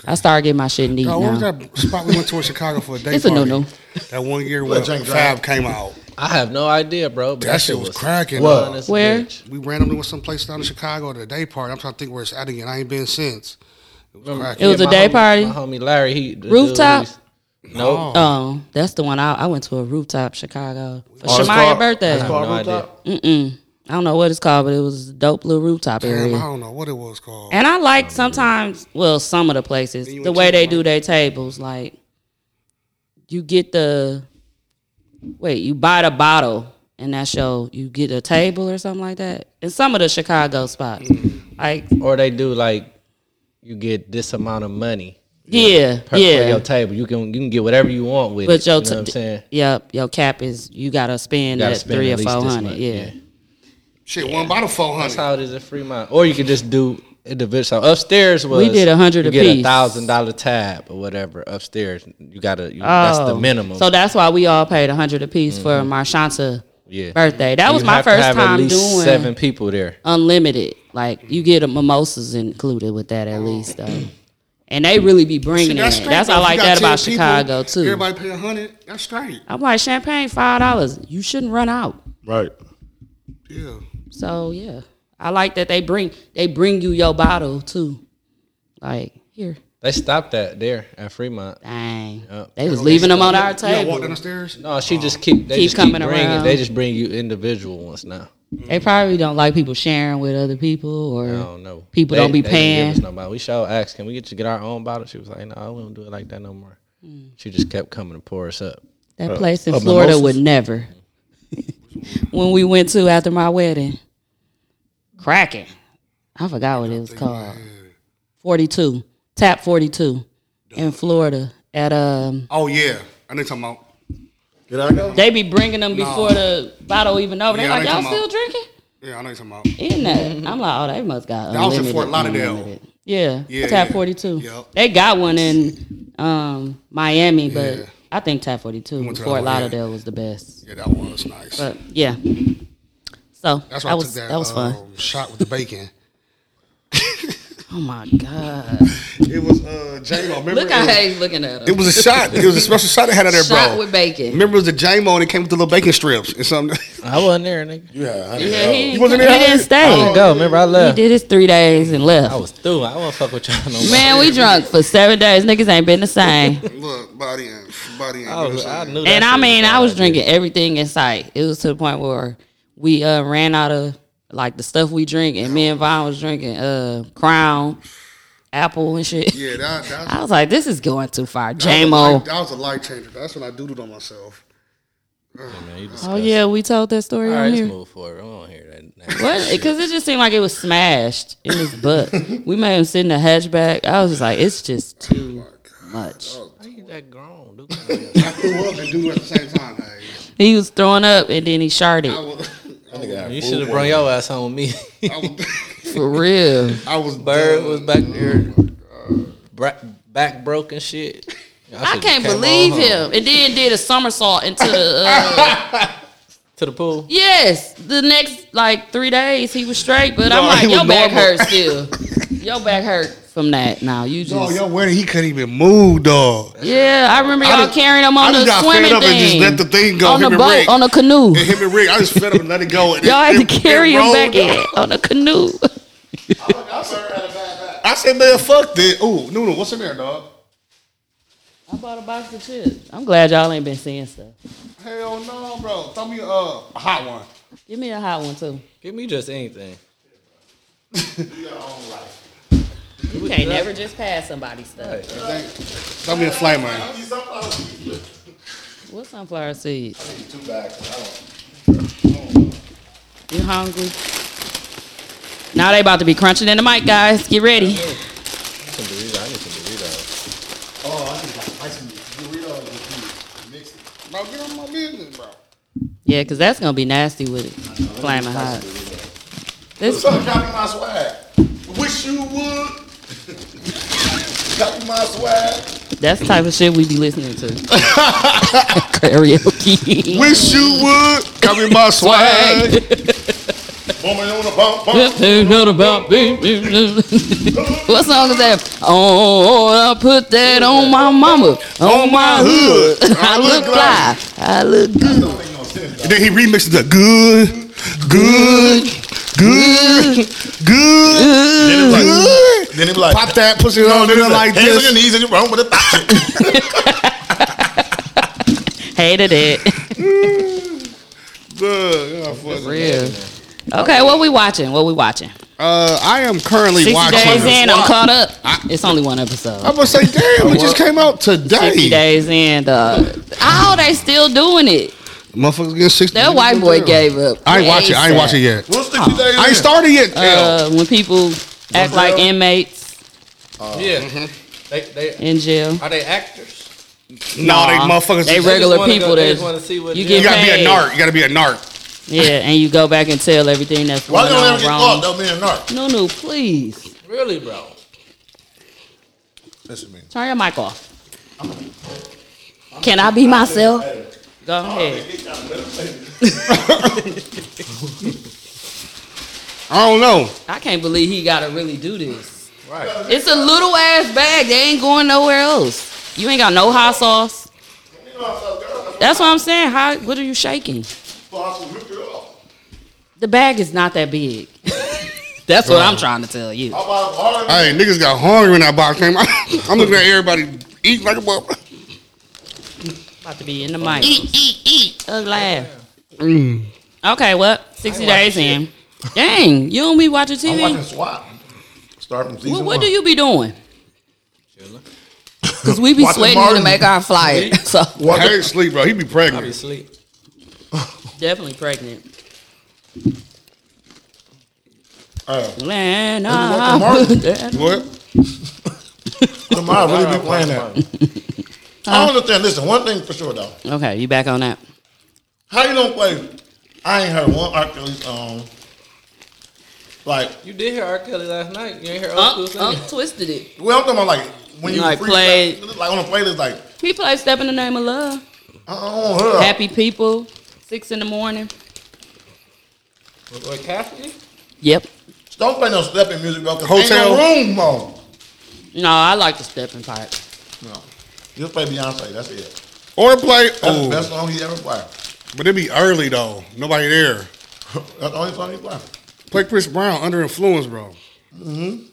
I started getting my shit neat now. Oh, what was that spot we went to in Chicago for a day It's a party? no-no. That one year when Jack Fab Drive? came out. I have no idea, bro. But That shit was cracking, fun though. as a Where? bitch. We randomly went someplace down in Chicago to a day party. I'm trying to think where it's at again. I ain't been since. It was cracking. It was Yeah, a my day homie- party? My homie Larry, he the dude Rooftop? who's- Nope. Oh. Oh, that's the one I, I went to a rooftop Chicago for Oh, it's Shemaya called- birthday. It's called No rooftop. I don't know what it's called, but it was a dope little rooftop Damn, area. I don't know what it was called. And I like sometimes, well, some of the places, the way they do their tables. Like, you get the, wait, you buy the bottle, and that's your, you get a table or something like that. In some of the Chicago spots. Like, Or they do like you get this amount of money yeah, per, for yeah. your table. You can you can get whatever you want with But it. your, you know what I'm t- saying? yep, your cap is, you got to spend Gotta that spend three at or least this four hundred. much, Yeah. yeah. Shit, one bottle four That's hundred. how it is at Fremont. Or you could just do individual. So upstairs was did a hundred You get a apiece. thousand dollar tab or whatever upstairs. You gotta. You, That's the Oh. minimum. Mm-hmm. So that's why we all paid a 100 apiece for Marshanta yeah. birthday. That You was my have to first have at time least doing seven people there. unlimited. Like you get a mimosas included with that at least though. And they really be bringing it. That's straight. That's though. I like If you got that 10 about people, Chicago too. Everybody pay a hundred. That's straight. I'm like champagne five dollars. You shouldn't run out. Right. Yeah. So yeah, I like that they bring they bring you your bottle too. Like here, They stopped that there at Fremont. dang, Yep. they was leaving them on our You don't walk table. down the stairs. No, she just keep they Keep just keep coming bringing. around. They just bring you individual ones now. They probably don't like people sharing with other people or I don't know. people They- don't be they didn't give paying. us nobody. We shall ask. Can we get to get our own bottle? She was like, No, I won't do it like that no more. Hmm. She just kept coming to pour us up. That place in uh, Florida mimosas? would never. *laughs* when we went to after my wedding, cracking. I forgot what it was called. Forty two tap forty two in Florida at um. Oh yeah, I need talking about. Did I go? They be bringing them before the bottle even over. They Yeah, like they y'all come still out. drinking Yeah, I know you talking about. in that. I'm like, oh, they must got. That was in unlimited, Fort Lauderdale. unlimited. Yeah, Yeah, tap yeah. forty two. Yup. They got one in um Miami, but Yeah. I think tap forty two went to that Fort one, yeah. Lauderdale was the best. Yeah, that was nice. But yeah. So That's that why I took was that, that, was fun. um, shot with the bacon. Oh my god! It was uh, *laughs* J-Lo. Remember Look it, how was, he's looking at it him. was a shot. It was a special shot they had out there, Shot bro. with bacon. Remember it was the J-Mo and it came with the little bacon strips and something. I wasn't there, nigga. You had a hundred. Yeah, he, You wasn't he there? didn't I stay. didn't go. Remember, I Oh, He left. did his three days and left. I was through. I won't fuck with y'all no more. Man, we drunk for seven days. Niggas ain't *laughs* been the same. *laughs* Look, body and body and. I, was, Oh, I knew. that and I shit mean, bad I was idea. drinking everything in sight. It was to the point where we uh, ran out of like the stuff we drink, and me and Vaughn was drinking uh, Crown, Apple, and shit. yeah, that, *laughs* that's, I was like, this is going too far, that, was J-Mo. a life- that was a life changer. That's when I doodled on myself. Man, you Oh disgusting. yeah, we told that story All on right, here. let's move forward. I don't hear that. now. What? Because it just seemed like it was smashed in his *laughs* butt. we made him sit in the hatchback. I was just like, it's just too much. Why you that grown, *laughs* dude? I threw up and doodled at the same time. Like, He was throwing up and then he I sharted was, You should have brought your ass home with me. *laughs* I was, for real. I was Bird done. was back there, bra- back broke and shit. I should've can't came on believe home. him. And then did a somersault into the *laughs* uh, to the pool. yes. The next like three days he was straight, but No, I'm like, he was your back normal." hurts still. your back hurt from that. Now you just Oh, yo, where he couldn't even move, dog. yeah. I remember y'all just- carrying him I on just the got fed swimming up and just thing let the thing go. on him the and boat Rick. on the *laughs* canoe. And him and Rick, I just fed up and let it go. *laughs* And Y'all it- had to it- carry it him rolled back up. in on a canoe. I swear I had a bad back. I said, man, fuck this. Ooh, Nunu, what's in there, dog? I bought a box of chips. I'm glad y'all ain't been seeing stuff. Hell no, bro. Throw me uh, a hot one. Give me a hot one too. Give me just anything. You can't never just pass somebody stuff. Throw me a flight, man. What sunflower seeds? Two bags. You hungry? Now they about to be crunching in the mic, guys. Get ready. Some Doritos. I need some Doritos. Oh, I think ice cream. Doritos with you. Mix it. Bro, get on my business, bro. Yeah, cause that's gonna be nasty with it, flaming hot. This What's up? Copy my swag. Wish you would. *laughs* Copy my swag. that's the type of shit we be listening to. *laughs* Karaoke. Wish you would. Copy my swag. Woman on the bump, bump. *laughs* what song is that? Oh, I put that on my mama, on my hood. I look fly, I look good. Don't make no sense, And then he remixes the good, good, good, good, good. Then they be like, Pop that pussy on there like hands on your this. knees and you're wrong with *laughs* it. Hated it. Good. Yeah, fuck it. Real. Okay, what we watching? What we watching? Uh, I am currently 60 watching. days in, I'm caught up. it's only one I'm episode. gonna say, damn, it just came out 60 today. days in, dog. How they still doing it? Motherfuckers getting sixty. That white boy gave up. I ain't watch it. I ain't watch it yet. I ain't started yet. Hell. Uh, when people act like inmates yeah. They, they, in jail. are they actors? no, they motherfuckers. They just- regular wanna go- people they that just wanna see what you jail- get you gotta be paid. a narc. You gotta be a narc. Yeah, and you go back and tell everything that's Why going don't ever on get caught wrong. though being a narc? No, no, please Really, bro? Listen to me. turn your mic off. Can I be myself? Go ahead. I don't know. I can't believe he got to really do this. Right. It's a little ass bag. They ain't going nowhere else. You ain't got no hot sauce. That's what I'm saying. How? What are you shaking? The bag is not that big. *laughs* That's what I'm trying to tell you. Hey, niggas got hungry when that box came out. *laughs* I'm looking at everybody eating like a motherfucker. About to be in the mic. Eat, eat, eat. Ugly laugh. Mm. Okay, what? 60 days in. Dang, you don't be watching I'm TV? watching SWAT. Start from season what, one. what do you be doing? Because we be Watching sweating you to Martin. make our flyer. So I ain't sleep, bro. He be I be *laughs* pregnant. asleep. definitely pregnant. Oh. Man, uh, *laughs* Martin. I, What? Tomorrow really be playing that. I don't understand. Listen, one thing for sure though. okay, you back on that? How you don't play? I ain't heard one R. Kelly song. Like, You did hear R. Kelly last night. You ain't hear old school Unc, singing. Unc twisted it. well, I'm talking about like when you Like freestyle- play- like on a playlist, like He played "Step in the Name of Love," I don't hear. "Happy People," six in the morning. With, with Cassidy? Yep. Don't play no stepping music, bro. 'cause Hotel. Ain't no room, bro. No, I like the stepping part. No. Just play Beyonce. That's it. That's Or play. the best Oh, song he ever played. *laughs* but it be early though. Nobody there. That's the only song he played. Play Chris Brown under influence, bro. Mm-hmm.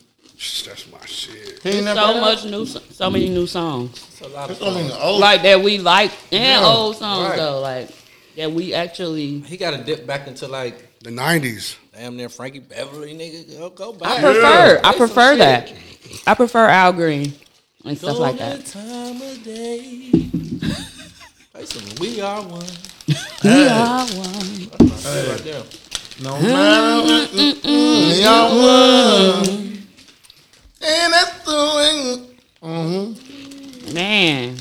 That's my shit. He ain't never So played much new, so many new songs. It's a lot That. of That's only fun. the old. like that we like and Yeah, old songs right. though, like that we actually. He got to dip back into like The nineties. damn near Frankie Beverly, nigga. Go, go I back. prefer. Play I some prefer shit. that. I prefer Al Green and stuff Don't like let that. Time of *laughs* day. Play some We Are One. We are one. Right there. No matter what y'all want. And that's the way. Man,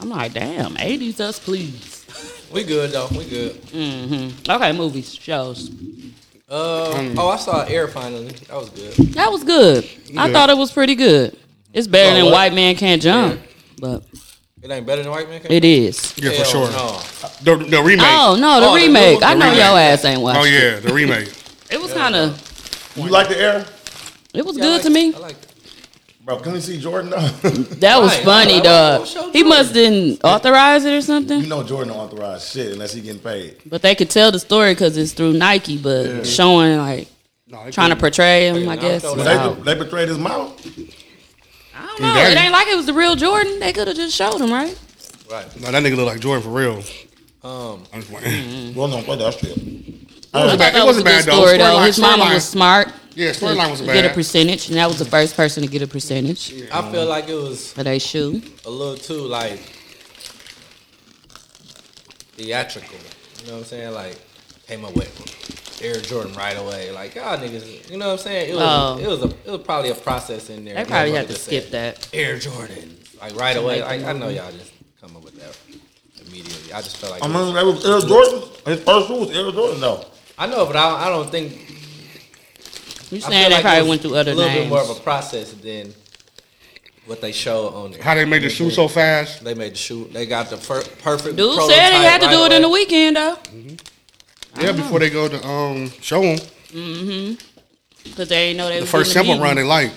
I'm like, damn, 80s us, please. We good though. We good. Mm-hmm. Okay, movies, shows. Uh, Mm. oh, I saw Air finally. That was good. That was good. I Yeah. thought it was pretty good. It's better Oh, than what? White Man Can't Jump, but It ain't better than White Man. Can't it is. Yeah, Hell for sure. No. The, the remake. Oh no, the Oh, the new remake. one, I the know remake. your ass ain't watched. Oh yeah, *laughs* the remake. it. It was kind of. You like the air? It was Yeah, I good like to it. me. I like it. Bro, can we see Jordan though? *laughs* That was Right. funny, Like, dog. what show He doing? must didn't authorize it or you Mm-hmm. something. know Jordan don't authorize shit unless he getting paid. But they could tell the story because it's through Nike, but showing like they trying to couldn't. portray him, I guess. Oh, But Wow. they, they betrayed his mouth. Mm-hmm. I don't know. It ain't like it was the real Jordan. They could have just showed him, right? No, that nigga look like Jordan for real. Um, I'm just Mm-hmm. playing. Well, no, but that's true. It wasn't That bad, was a it wasn't good bad though. story, though. Storyline, His mama was storyline. smart. Yeah, storyline to was Get a bad. percentage, and that was the first person to get a percentage I feel like it was for their shoe. a little too like theatrical. You know what I'm saying? Like came up with Air Jordan right away. Like y'all niggas, you know what I'm saying? It was Oh. it was a it was probably a process in there. They probably Motherfucker had to just skip said, that. Air Jordan like right away. make Like, the I know y'all just come up with that immediately. I just felt like I it mean, was- that was Air Jordan. His first shoe was Air Jordan, though. I know, but I don't, I don't think You saying I feel they like it probably was went through other A little bit more names. of a process than what they show on there. How they made the shoe so fast? They made the shoot. They got the per- perfect. Dude said prototype they had to right do it in the away. weekend, though, Yeah, before they go to um show them because they ain't know they the was first in the simple run they meeting. like.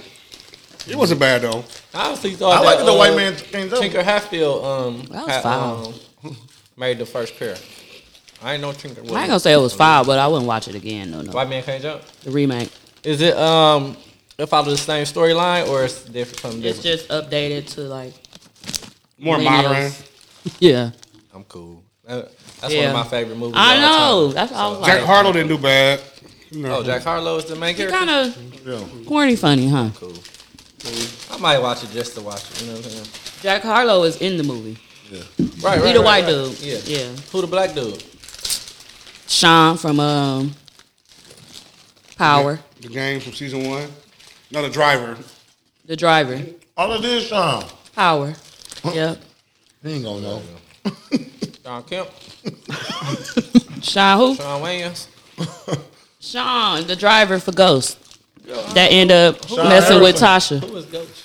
It wasn't bad though. I honestly thought I that, like that the uh, white man came down. Tinker Hatfield um, That was had, foul. um, *laughs* made the first pair. I ain't know Tinker. Was I ain't gonna say it was foul, but I wouldn't watch it again. No, no, White man can't jump. the remake. Is it um? It follow the same storyline or it's different? Something It's different. just updated to like More millennials. modern. Yeah, I'm cool. Uh, That's Yeah. one of my favorite movies. I of all know. time. That's all. I was Jack like. Harlow didn't do bad. Oh, Jack Harlow is the main character. kind of corny, funny, huh? cool. Cool. I might watch it just to watch it. You know what I'm saying? Jack Harlow is in the movie. Right, He right, the right, white right. dude. Yeah. Yeah. Who the black dude? Sean from um, Power, The game from season one. Not a driver. the driver. All of this, Sean. Power. Yep. He ain't gonna know. John Kemp, Sean who? John Williams. Sean, the driver for Ghost. That end up messing with Tasha, Who is Ghost?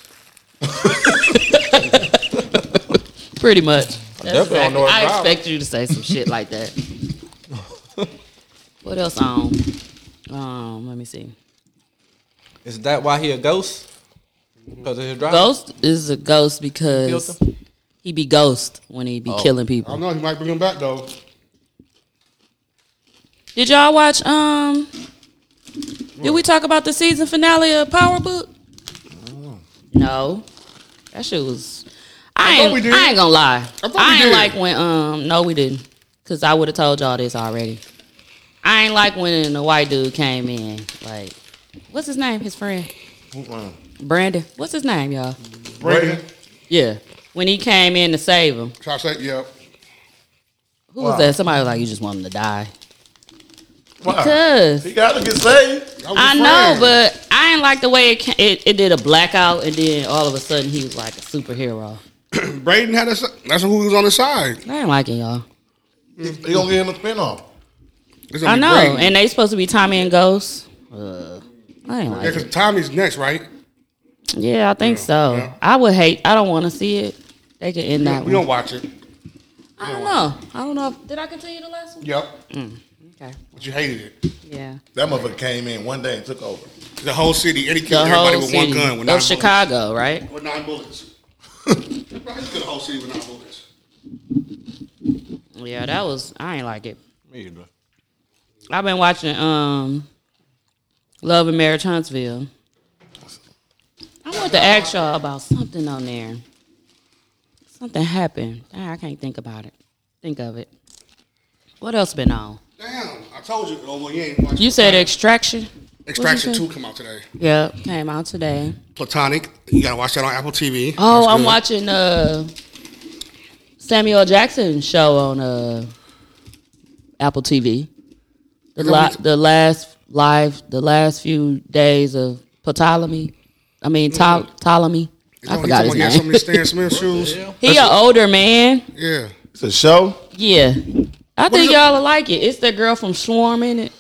pretty much. That's definitely don't exactly. know I it's Power. expect you to say some shit like *laughs* that. what else on? Um, let me see. Is that why he a ghost? Because of his driver. Ghost is a ghost because Killed him? he be ghost when he be killing I people. don't know. He might bring him back though. Did y'all watch? Um, did we talk about the season finale of Power Book? Oh. No, that shit was. I, thought ain't. we did. I ain't gonna lie. I, thought we ain't did. like when. Um, no, we didn't. Cause I would have told y'all this already. I ain't like when the white dude came in. Like, what's his name? His friend Brandon. What's his name, y'all? Brandon. Yeah, when he came in to save him. Try to say, yeah. Who was that? Somebody was like, "You just want him to die." Why? Cause He got to get saved. That was I his know, friend. but I ain't like the way it, ca- it it did a blackout, and then all of a sudden he was like a superhero. Braden had us. That's who was on his side. I ain't liking y'all. He he gonna get him a spinoff. It's I gonna be know, Braden. and they supposed to be Tommy and Ghost. Uh, I ain't yeah, like. because It. Tommy's next, right? Yeah, I think so. yeah. I would hate. I don't want to see it. They could end that we don't one. watch it. I don't know. I don't know. If, did I continue the last one? Yep. Okay. But you hated it. Yeah. That motherfucker came in one day and took over. The whole city, and he The killed everybody whole with city one gun. With nine of Chicago, right? Bullets. With nine bullets. *laughs* Bro, he killed the whole city with nine bullets. Yeah, that was. I ain't like it. Me either. I've been watching um Love and Marriage Huntsville. I want to ask y'all about something on there. Something happened. Ah, I can't think about it. Think of it. What else been on? Damn, I told you. Oh, well, you ain't watching. You said Extraction. Extraction what'd you Two come out today. Yep, came out today. Platonic. You gotta watch that on Apple TV. Oh, That's I'm good. watching uh Samuel Jackson show on uh Apple TV. The la- the last live the last few days of Ptolemy. I mean Ptol- Mm-hmm. Ptolemy. I Oh, forgot you his talking about he had name. Some of these *laughs* Stan Smith shoes. *laughs* He an older man. Yeah. It's a show. Yeah. I is think it- y'all will like it. It's the girl from Swarm in it.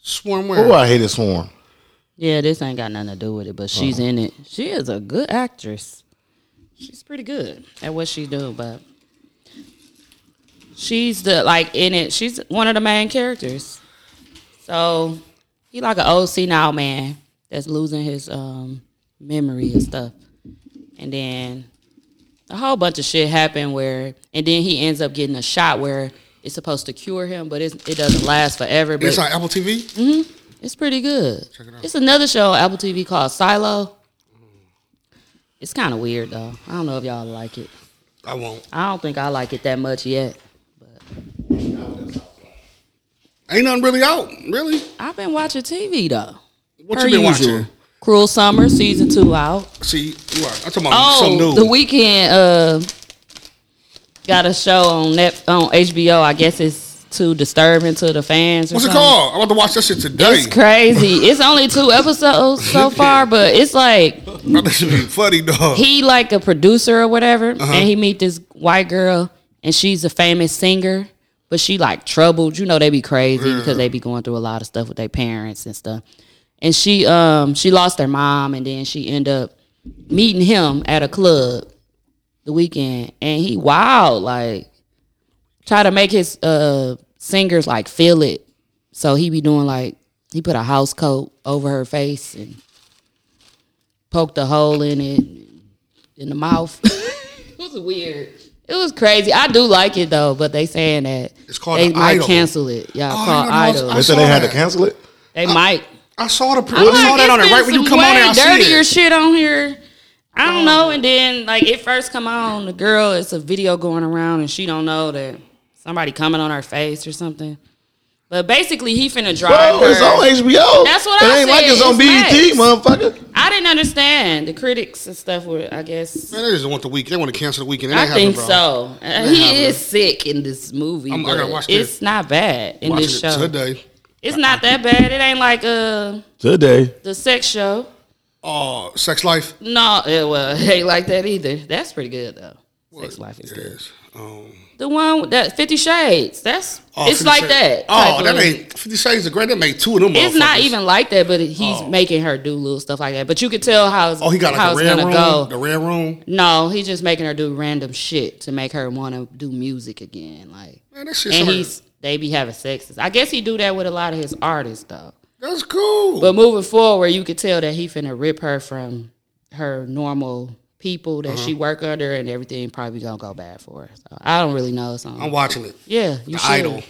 Swarm Oh, uh, where? I hate this swarm. Yeah, this ain't got nothing to do with it, but she's in it. She is a good actress. She's pretty good at what she do, but she's the like in it. She's one of the main characters. So he like an old senile man that's losing his um memory and stuff, and then a whole bunch of shit happened where, and then he ends up getting a shot where it's supposed to cure him, but it's, it doesn't last forever. But It's on Apple TV. Mhm. it's It's pretty good. It's another show on Apple TV called Silo. It's kind of weird though. I don't know if y'all like it. I won't. I don't think I like it that much yet. Ain't nothing really out, really. I've been watching TV though. What Per you been usual. watching? Cruel Summer season two out. See, you are. I'm talking about something Oh, new. the weekend uh got a show on net on HBO. I guess it's too disturbing to the fans. or What's it something. called? I'm about to watch that shit today. It's crazy. It's only two episodes so far, but it's like *laughs* that should be funny, dog. he like a producer or whatever, and he meet this white girl, and she's a famous singer, but she like troubled. You know they be crazy because they be going through a lot of stuff with their parents and stuff. And she um she lost her mom, and then she end up meeting him at a club the weekend, and he wild like try to make his uh singers like feel it. So he be doing like he put a house coat over her face and poked a hole in it in the mouth. *laughs* it was weird. It was crazy. I do like it though, but they saying that It's called they an might idol. cancel it. Yeah, Oh, I called didn't know that was- idol. They said saw they had to that. cancel it. they might. I saw the. Pre- I, I'm saw like, that on it it's right been when you some come on way there. I see dirtier it. shit on here. I don't know. And then like it first come on, the girl, it's a video going around, and she don't know that somebody coming on her face or something. But basically, he finna drive Bro, her. it's on HBO. That's what it I ain't like said. it's on It's E BET, Max. motherfucker. I didn't understand the critics and stuff were. I guess Man, they just want the week. They want to cancel the weekend. It ain't I happening, think bro. so. Uh, ain't he happening. is sick in this movie. I'm- I gotta but watch this. it's not bad in Watching this it show. today. It's not that bad. It ain't like uh Today. the sex show. Oh, sex life. No, eh, well, *laughs* it ain't like that either. That's pretty good though. Sex life is There good. it is. Um, The one with that Fifty Shades. That's oh, it's 50 like Shades. that. type Oh, of that movie. ain't Fifty Shades of Grey. That made two of them. It's not motherfuckers. even like that, but he's making her do little stuff like that. But you could tell how it's, Oh, he got how like a it's red gonna room. go. The red room. No, he's just making her do random shit to make her want to do music again. Like, Man, that shit. and started- he's they be having sexes. I guess he do that with a lot of his artists though. That's cool. But moving forward, you could tell that he finna rip her from her normal people that she work under, and everything probably gonna go bad for her. So I don't really know. So I'm watching it. yeah, you The should. Idol.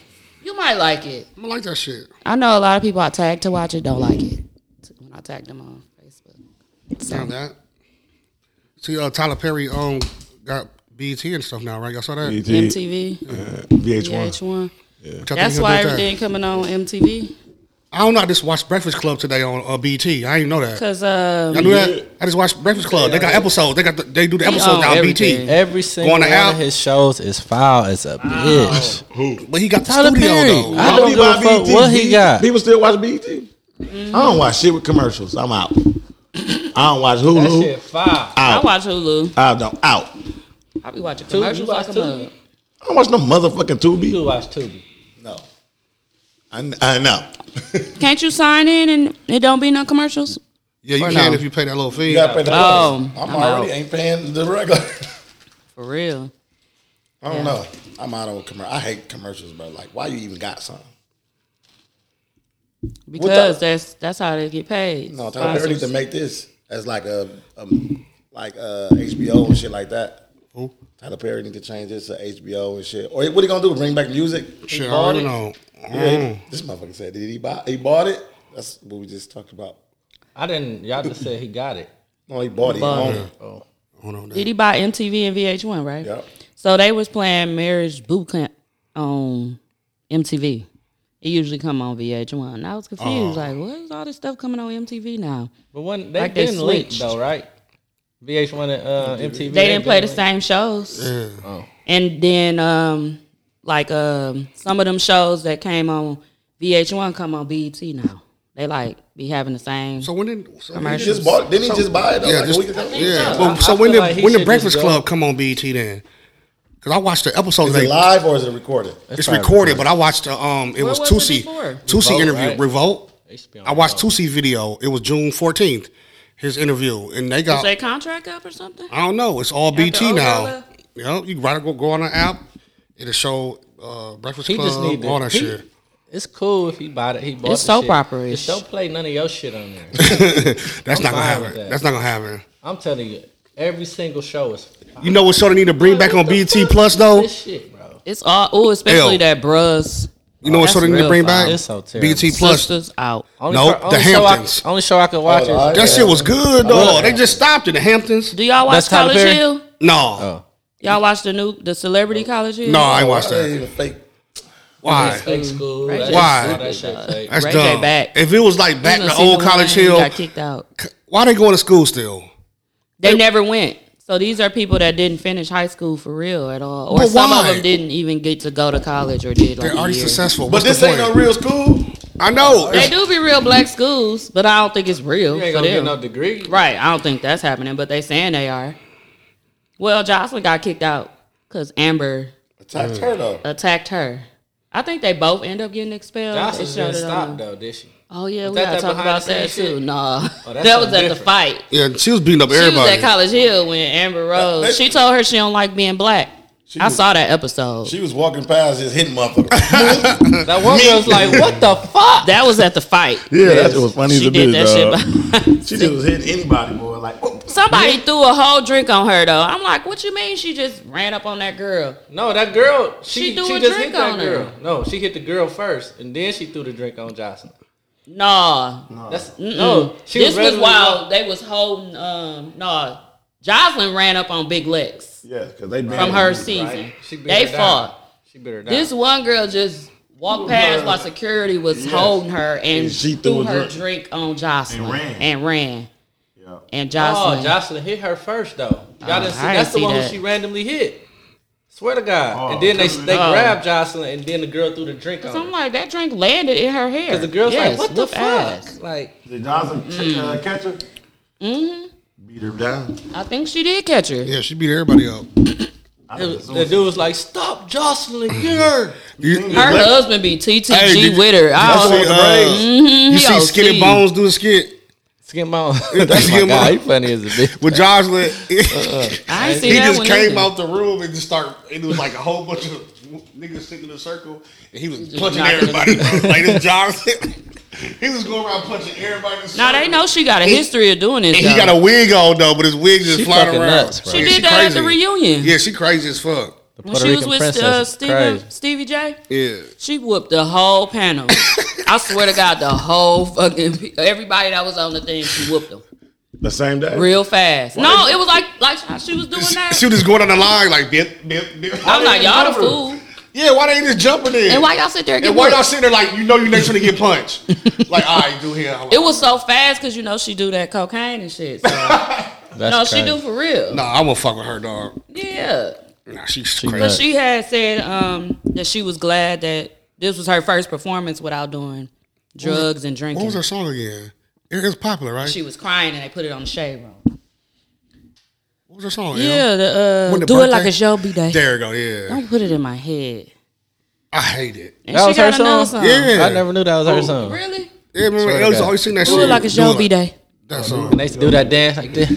You might like it. I like that shit. I know a lot of people I tag to watch it don't like it when I tag them on Facebook. Damn that. See, uh, Tyler Perry um got BET and stuff now, right? Y'all saw that? BET, MTV, VH1. VH1 What y'all That's think why about that? everything coming on MTV. I don't know. I just watched Breakfast Club today on uh, BT. I didn't know that. Cause um, I knew that. I just watched Breakfast Club. They got episodes. They got. The, they do the episodes own now on everything. BT. Every single on one the app. of his shows is foul as a bitch. But he got the Tyler studio Perry. though. I don't give a fuck what he got. People still watch BET. I don't watch shit with commercials. I'm out. I don't watch That shit Hulu. five. I Out. watch Hulu. I don't out. I I be watching commercials you watch like a two? mug. don't watch no motherfucking Tubi. You watch Tubi. No. I, kn- I know. Can't you sign in and it don't be no commercials? Yeah, you Or no. can if you pay that little fee. You gotta pay the Oh, price. I'm, I'm already out. ain't paying the regular. For real. I don't Yeah. know. I'm out on commercial. I hate commercials, bro. Like, why you even got something? Because that's that's how they get paid. No, Tyler Perry need to make this as like a, a like uh HBO and shit like that. Who? Tyler Perry need to change this to HBO and shit. Or what he gonna do? Bring back music? Shit, I already know. Mm. Yeah, this motherfucker said, did he buy? He bought it. That's what we just talked about. I didn't. Y'all just said he got it. No, he bought it. He Bought owned it. it. Hold on. Did he buy MTV and VH1, right? Yep. So they was playing Marriage Boot Camp on MTV. It usually come on VH1. And I was confused, like, what is all this stuff coming on MTV now? But when they Like they didn't link switched. though, right? VH1 and uh, MTV. They didn't play the link. same shows. And then um like um some of them shows that came on VH1 come on BET now. They like be having the same So when did so when He did- just bought. Didn't he just buy it? though, Yeah, like just- a week ago? yeah. so. Well, I- so I when feel did like he when should did just Breakfast go. Club come on BET then? Because I watched the episode. Is it They, live or is it recorded? it's recorded, but I watched the um. It was was it Tusi before? Tusi Revolt, interview right? Revolt. They used to be on I watched Tusi video. It was June fourteenth. His interview, and they Is got. their contract up or something? I don't know. It's all BT now. Ola? You know, you gotta go go on an app. It'll show uh, Breakfast He Club, just need to. all that he- shit. *laughs* It's cool if he bought it. He bought It's the soap shit. opera-ish. Just don't play none of your shit on there. That's fine not gonna with happen. that. That's not gonna happen. I'm telling you, every single show is You know what show they need to bring back on BT Plus though? This shit, bro. It's all oh, especially L. that Bruss You know what That's show they need to real bring foul. back? It's so terrible. BT Plus. Sisters out. Only Nope, show- only the show I- Hamptons. only show I could watch is that shit was good though. They just stopped it. The Hamptons. Do y'all watch That's Tyler College Perry? Hill? No, Oh. Y'all watch the new the celebrity College Hill? no, I ain't watched That ain't that. even fake. Why? fake school. Right. that- Why? all That shit fake. That's Ray J dumb. back. If it was like back He in done the seen old the College one, he Hill, got kicked out. why they going to school still? They never went. So these are people that didn't finish high school for real at all, or But some of why? them didn't even get to go to college or did like They're a already year. successful. But What's this the ain't point? no real school. I know. They It's- do be real black schools, but I don't think it's real You ain't for gonna get them. no degree. Right, I don't think that's happening, but they saying they are. Well, Jocelyn got kicked out because Amber Attack turtle. attacked her. I think they both end up getting expelled. It Jocelyn showed didn't it on stop the- though, did she? Oh yeah, Was we that gotta that talk behind about the that scenes too. shit? Nah, Oh, that that's was something at the different. fight. Yeah, she was beating up She was everybody. at College Hill when Amber that- Rose. She told her she don't like being black. I was- saw that episode. She was walking past just hitting motherfuckers. That one girl's like, "What the fuck?" that was at the fight. Yeah, that shit was funny she as a did bitch, that dog. shit. behind- she just was hitting anybody, boy. Like, oh, Somebody threw a whole drink on her though. I'm like, what you mean? She just ran up on that girl. No, that girl. She, She threw she a just drink hit that on her. girl. No, she hit the girl first, and then she threw the drink on Jocelyn. Nah, That's no. no. She This was regularly- while they was holding. Um, nah, Jocelyn ran up on Big Lex yeah, because they from her season. She bit They her down. fought. She bit her down. This one girl just walked past while security was holding her and, And she threw, threw a her drink. drink on Jocelyn and And ran. ran. And, Yeah. Jocelyn. Uh, Oh, Jocelyn hit her first though. Y'all didn't see, I didn't that's the see one that. who she randomly hit. Swear to God. Oh, and then they good. they Oh. grabbed Jocelyn, and then the girl threw the drink on. so I'm her. like, that drink landed in her hair. 'Cause the girl's Yes, like, "What the whoop fuck?" ass. Like Did Johnson uh, catch her? Mm-hmm. Beat her down. I think she did catch her. yeah, she beat everybody up. I it was, was- the dude was like, "Stop, Jocelyn, get her." You, Her husband be TTG Hey, did you- with her. I I don't see, uh, you Mm-hmm. he see OC. Skinny Bones do the skit Skin my *laughs* That's my him. God, he funny as a bitch. with *laughs* Jocelyn. I ain't he seen that just one either. came out the room and just started. It was like a whole bunch of niggas sitting in a circle, and he was knocking punching everybody. *laughs* like this Jocelyn, he was going around punching everybody. in the Now circle. they know she got a history of doing this. And though. he got a wig on though, but his wig just She flying fucking around. nuts, bro. she Yeah, did that at the crazy. reunion. Yeah, she crazy as fuck. when Puerto she Rican was with princess uh, is Steven, crazy. Stevie J. Yeah. She whooped the whole *coughs* panel. I swear to God, the whole fucking pe- everybody that was on the thing, she whooped them the same day. real fast. No, it was like like how she was doing that. She was just going on the line like bip, bip, bip. I'm like, y'all the fool. Yeah, why they just jumping in? And why y'all sit there and get And why y'all worked? sitting there like you know you next one to get punched? like, all right, do here. I'm like, It was so fast because you know she do that cocaine and shit. *laughs* So. no, she do for real. nah, I won't fuck with her, dog. Yeah, Nah, she's but crazy. she had said um, that she was glad that this was her first performance without doing drugs and drinking. What was her song again? It was popular, right? She was crying and they put it on the shade room. what was her song? Yeah, Em? the, uh, When the do it like birthday- a show be day. There you go. Yeah, Don't put it in my head. I hate it. And That she was got her song? another song. Yeah, I never knew that was her song. Oh. Really? Yeah, remember Swear to Elvis God. always sing that Do shit. it like a Do show it B day. That song. They used to do that dance like this.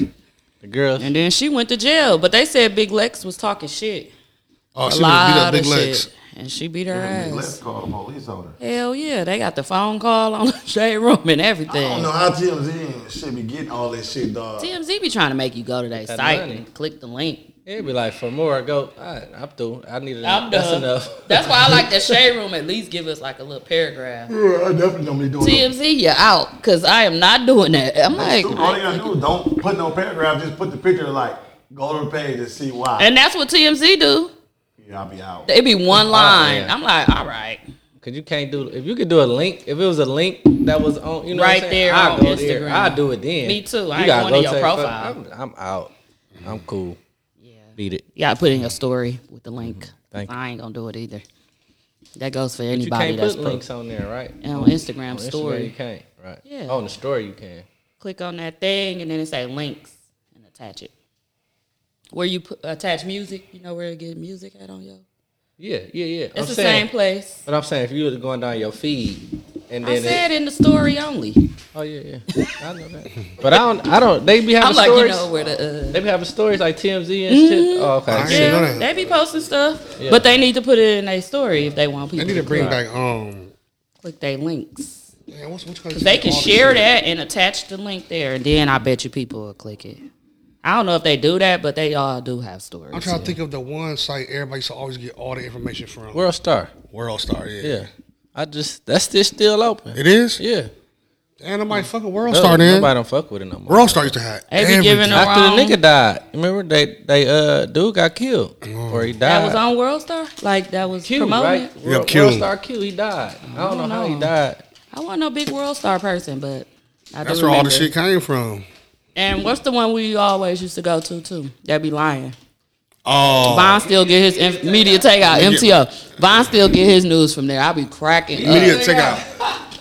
The girls. And then she went to jail, but they said Big Lex was talking shit. Oh, A she was beat lot up of big legs. shit. And she beat her Let's ass. call the police on her. Hell yeah. They got the phone call on *laughs* the shade room and I don't everything. know how TMZ should be getting all this shit, dog. TMZ be trying to make you go to their that site money. and click the link. It'd be like for more. I go. All right, I'm through. I need it. I'm That's done. enough. *laughs* That's why I like the shade room at least give us like a little paragraph. I definitely gonna be doing. no- TMZ, you're out because I am not doing that. I'm like, Dude, all you gotta do is don't put no paragraph. Just put the picture. Like, go to the page and see why. and that's what TMZ do. yeah, I'll be out. It be one line. Oh, yeah. I'm like, all right. Cause you can't do if you could do a link. If it was a link that was on, you know, Right what I'm there saying? I'll on go there. Instagram. I'll do it then. Me too. I You ain't going gotta to go your take- profile. I'm, I'm out. I'm cool. Yeah. Beat it. Yeah, put in your story with the Mm-hmm. link. Thank you. I ain't gonna do it either. That goes for You anybody can't that's put pro- links on there, right? and on Instagram Oh, On Instagram, story. you can't, right? Yeah. On the story you can. Click on that thing and then it say links and attach it. Where you put, attach music, you know where to get music at on yo. Yeah, yeah, yeah. It's the same saying, place. But I'm saying if you were going down your feed and I then said it, in the story only. oh yeah, yeah, I know that. But I don't, I don't. They be having I'm like, stories. you know Mm-hmm. where the uh, They be having stories like TMZ and shit. Oh, okay. I didn't know yeah, that. they be posting stuff, but they need to put it in their story if they want They people need to to bring click- back um. click their links. Man, what's, what's cause They can share that and attach the link there, and then I bet you people will click it. I don't know if they do that, but they all do have stories. I'm trying to think of the one site everybody used to always get all the information from. World Star. World Star, yeah. Yeah. I just that shit still open. It is. Yeah. And nobody fucking World Star then. Nobody don't fuck with it no more. World Star used to have. They be everything. giving them- After the Wrong. nigga died, remember they they uh dude got killed Oh. or he died. That was on World Star? Like that was Q, promoted? right? Yeah, World, Q. World Star Q. He died. I don't know how he know. *laughs* died. I wasn't no big World Star person, but I That's do where all remember. the shit came from. And what's the one we always used to go to too? That be lying. Oh, Vaughn still get his inf- media takeout, MTO. Vaughn still get his news from there. I be cracking up. media take out.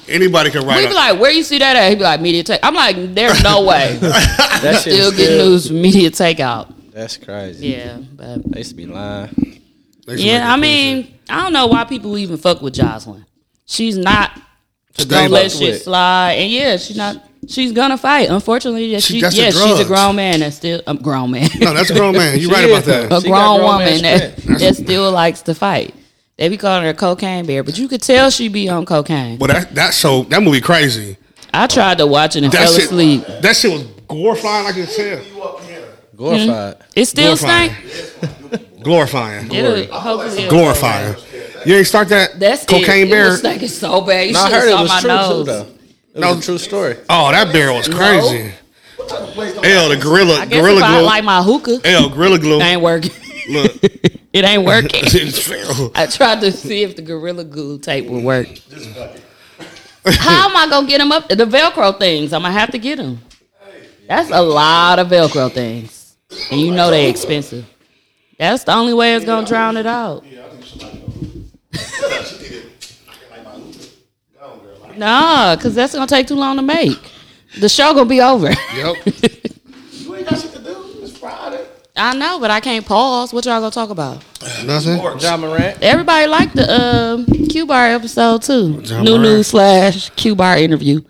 Anybody can We write. be a- like, where you see that at? He be like, media take. I'm like, there's *laughs* no way. That shit still get news from media takeout. That's crazy. Yeah, but They used to be lying. they should make yeah, a I mean, I don't know why people even fuck with Jocelyn. She's not They don't let fuck with. shit slide. And yeah, she's not. She's gonna fight. Unfortunately, yeah, She- she, that's the yeah, she's a drugs. grown man that's still a grown *laughs* man. No, that's a grown man. *laughs* You right is, about that. a She grown, got grown man woman that, that still likes to fight. They be calling her cocaine bear, but you could tell she be on cocaine. Well, that that so that movie crazy. I tried to watch it and That fell shit, asleep. that shit was glorifying. I can tell. Glorified. It still Glorifying. stank. Glorifying. It'll, hopefully, it'll- Glorifying. You ain't start that That's cocaine it. It bear. was stinking so bad. You No, I should heard have it saw was my true too nose. though. It No. was a true story. Oh, that bear was crazy. Hell, the gorilla, I guess gorilla if I glue. like my hookah, it Hell, gorilla glue. ain't working. *laughs* Look, *laughs* it ain't working. it fell. I tried to see if the gorilla glue tape would work. How am I gonna get them up? The Velcro things. I'm gonna have to get them. That's a lot of Velcro things, and you know they expensive. That's the only way it's gonna drown it out. Nah, cause that's gonna take too long to make. The show gonna be over. *laughs* Yep. You ain't got shit to do. It's Friday. I know, but I can't pause. What y'all gonna talk about? Nothing. John Morant. Everybody liked the um, Q Bar episode too. John New Moran. news slash Q Bar interview.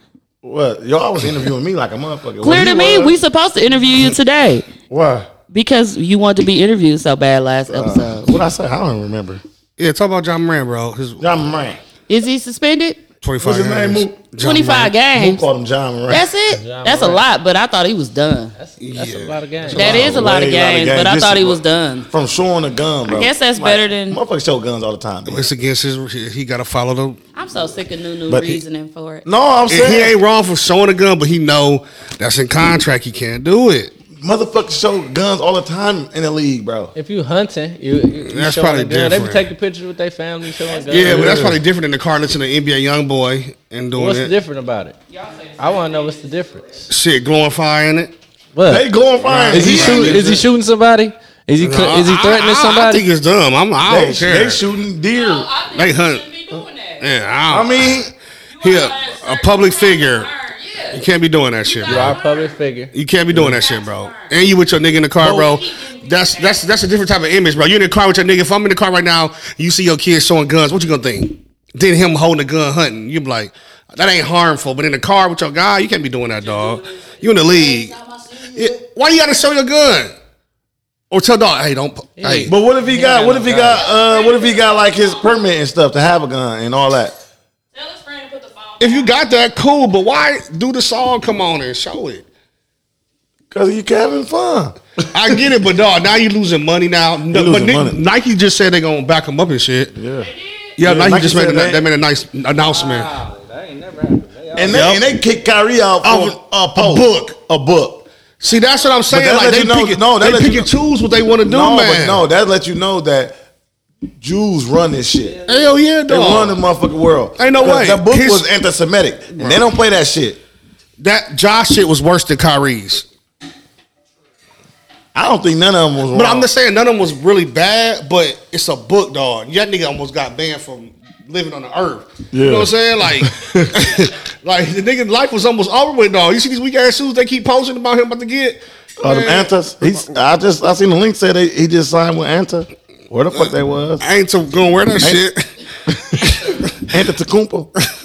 What? Y'all was interviewing me like a motherfucker. Clear to me, we supposed to interview you today Why? because you wanted to be interviewed so bad last episode. Uh, What I say? I don't remember. Yeah, talk about John Moran, bro. His John Moran. Is he suspended? 25 What's his name? games. Mook? John Twenty five Moran. Who games. called him John Moran? That's it. That's a lot, but I thought he was done. That's a lot of games. That is a lot of Way lot of games, games. but I This thought is he what- was done. From showing a gun, bro. guess that's better than- Motherfuckers show guns all the time. man. It's against his. He, he got to follow the. I'm so sick of new new But he- reasoning for it. Oh, No, I'm And he saying ain't wrong for showing a gun, but he know that's in contract. He can't do it. motherfuckers show guns all the time in the league, bro. If you hunting, you, you you That's showing probably a gun. They different. be taking pictures with their family showing guns. Yeah, but that's probably different than the car listening to NBA YoungBoy and doing What's it. different about it? I want to know what's the difference. Shit, glorifying it. What? They going fine. Is he Right. shooting? Is he shooting somebody? Is he No, is he I- threatening I- I, somebody? think it's dumb. I'm, I They, don't care. they shooting deer. They hunt. Yeah, I, I don't- mean, he a, a public figure. You can't be doing that shit, You bro. are a public figure. You can't be doing that shit, bro. And you with your nigga in the car, bro. That's that's that's a different type of image, bro. You in the car with your nigga. If I'm in the car right now, you see your kids showing guns. What you gonna think? Then him holding a gun hunting. You be like, that ain't harmful. But in the car with your guy, you can't be doing that, dog. You in the league. Yeah, Why you gotta show your gun? Or tell dog, hey, don't. pu- Hey, but what if he got? What if he got? Uh, what if he got like his permit and stuff to have a gun and all that? if you got that, cool. But why do the song? Come on and show it. Cause you having fun. I get it, but dog, now you losing money now. No, losing but Ni- money. Nike just said they're gonna back him up and shit. Yeah, Yeah. Nike, Nike just made a, said Oh, that. they made a nice announcement. And they, and they kick Kyrie out Off for a, Oh, a post. book, a book. See, that's what I'm saying. oh, that Like let they you know- pick, no, that they let pick you and choose what they want to do, No, but man. no, that let you know that Jews run this shit. hell yeah, They run the dog. motherfucking world. Ain't no 'Cause way. That book His- was anti-Semitic. And they don't play that shit. That Josh shit was worse than Kyrie's. I don't think none of them was. But wrong. I'm just saying, none of them was really bad. But it's a book, dog. That nigga almost got banned from living on the earth. You know Yeah. what I'm saying? *laughs* Like, like the nigga life was almost over with, dog. You see these weak ass shoes they keep posting about him about to get. Oh, them Man, Antas. He's. I just. I seen the link say they, he just signed with Anta. Where the fuck they was? I ain't gonna wear that shit. *laughs* Anta Tacumpo. *laughs*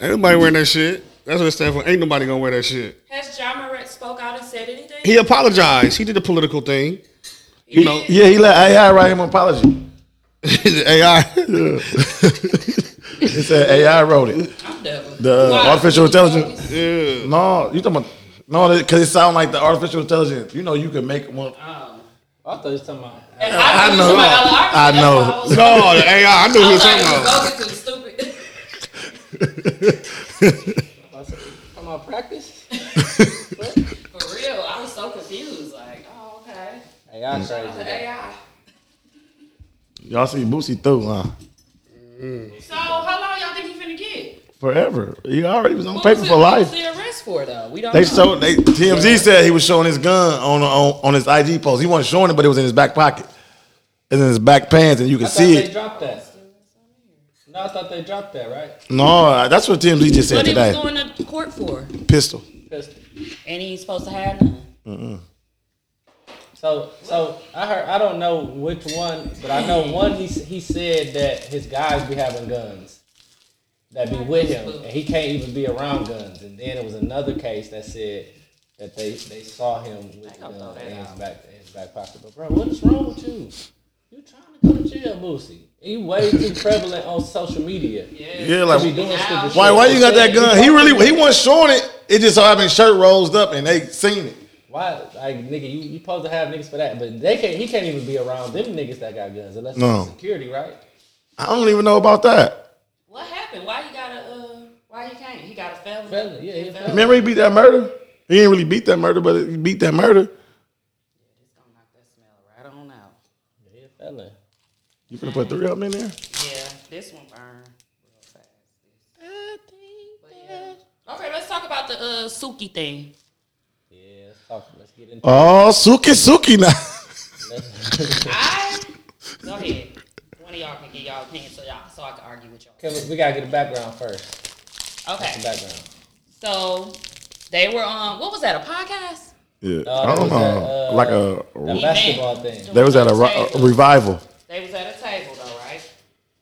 ain't nobody wearing that shit. That's what it stands for. Ain't nobody gonna wear that shit. Has John Moret spoke out and said anything? He apologized. He did the political thing. *laughs* You know, Yeah, he let AI write him an apology. the *laughs* AI. He said AI wrote it. The uh, artificial intelligence. Yeah. No, you talking about? No, because it sound like the artificial intelligence. You know, you can make one. I thought he was talking about. I know. I know. *laughs* No, the AI. I knew who he was talking about. Come on, practice. For real, I was so confused. Like, oh, okay. AI crazy. AI. Y'all see Boosie through, huh? *laughs* So, how long y'all think he finna get? Forever. He already was on What paper was for it- what was life. the arrest for though? We don't. They know. showed they TMZ said he was showing his gun on, on on his IG post. He wasn't showing it, but it was in his back pocket. It's in his back pants, and you I can thought see they it. dropped that. No, I thought they dropped that, right? No, that's what TMZ just said What he was today. going to court for, Pistol. Pistol. and he's supposed to have none. Mm-mm. So, so I heard. I don't know which one, but I know one. He s- he said that his guys be having guns that be with him, and he can't even be around guns. And then it was another case that said that they they saw him with guns in his back in his back pocket. But bro, what is wrong with you? You trying to go to jail, Boosie? You way too prevalent on social media. Yeah, You like be doing stupid why? shit. Why you got that Instead, gun? He really he wasn't showing it. It just so happened his shirt rolled up and they seen it. Why, like nigga, you you supposed to have niggas for that, but they can't. He can't even be around them niggas that got guns unless No. it's security, right? I don't even know about that. What happened? Why he got a? Uh, why he can't? He got a felony. Felony, yeah, he a felony. Remember he beat that murder. He didn't really beat that murder, but he beat that murder. I don't know. Yeah, felon. You gonna put three of them in there? Yeah, this one burned real fast. But yeah. Okay, let's talk about the uh, Suki *laughs* thing. Yeah, let's talk. Let's get into. Oh, Suki Suki now. I go ahead. One of y'all can get y'all opinion so y'all so I can argue with y'all. Okay, we- we gotta get a background first. Okay. Some background. So they were on what was that? A podcast? *laughs* Yeah, No, I that don't was know. that, uh, like a, that basketball thing. They was at a, ri- a revival. They was at a table though, right? Oh.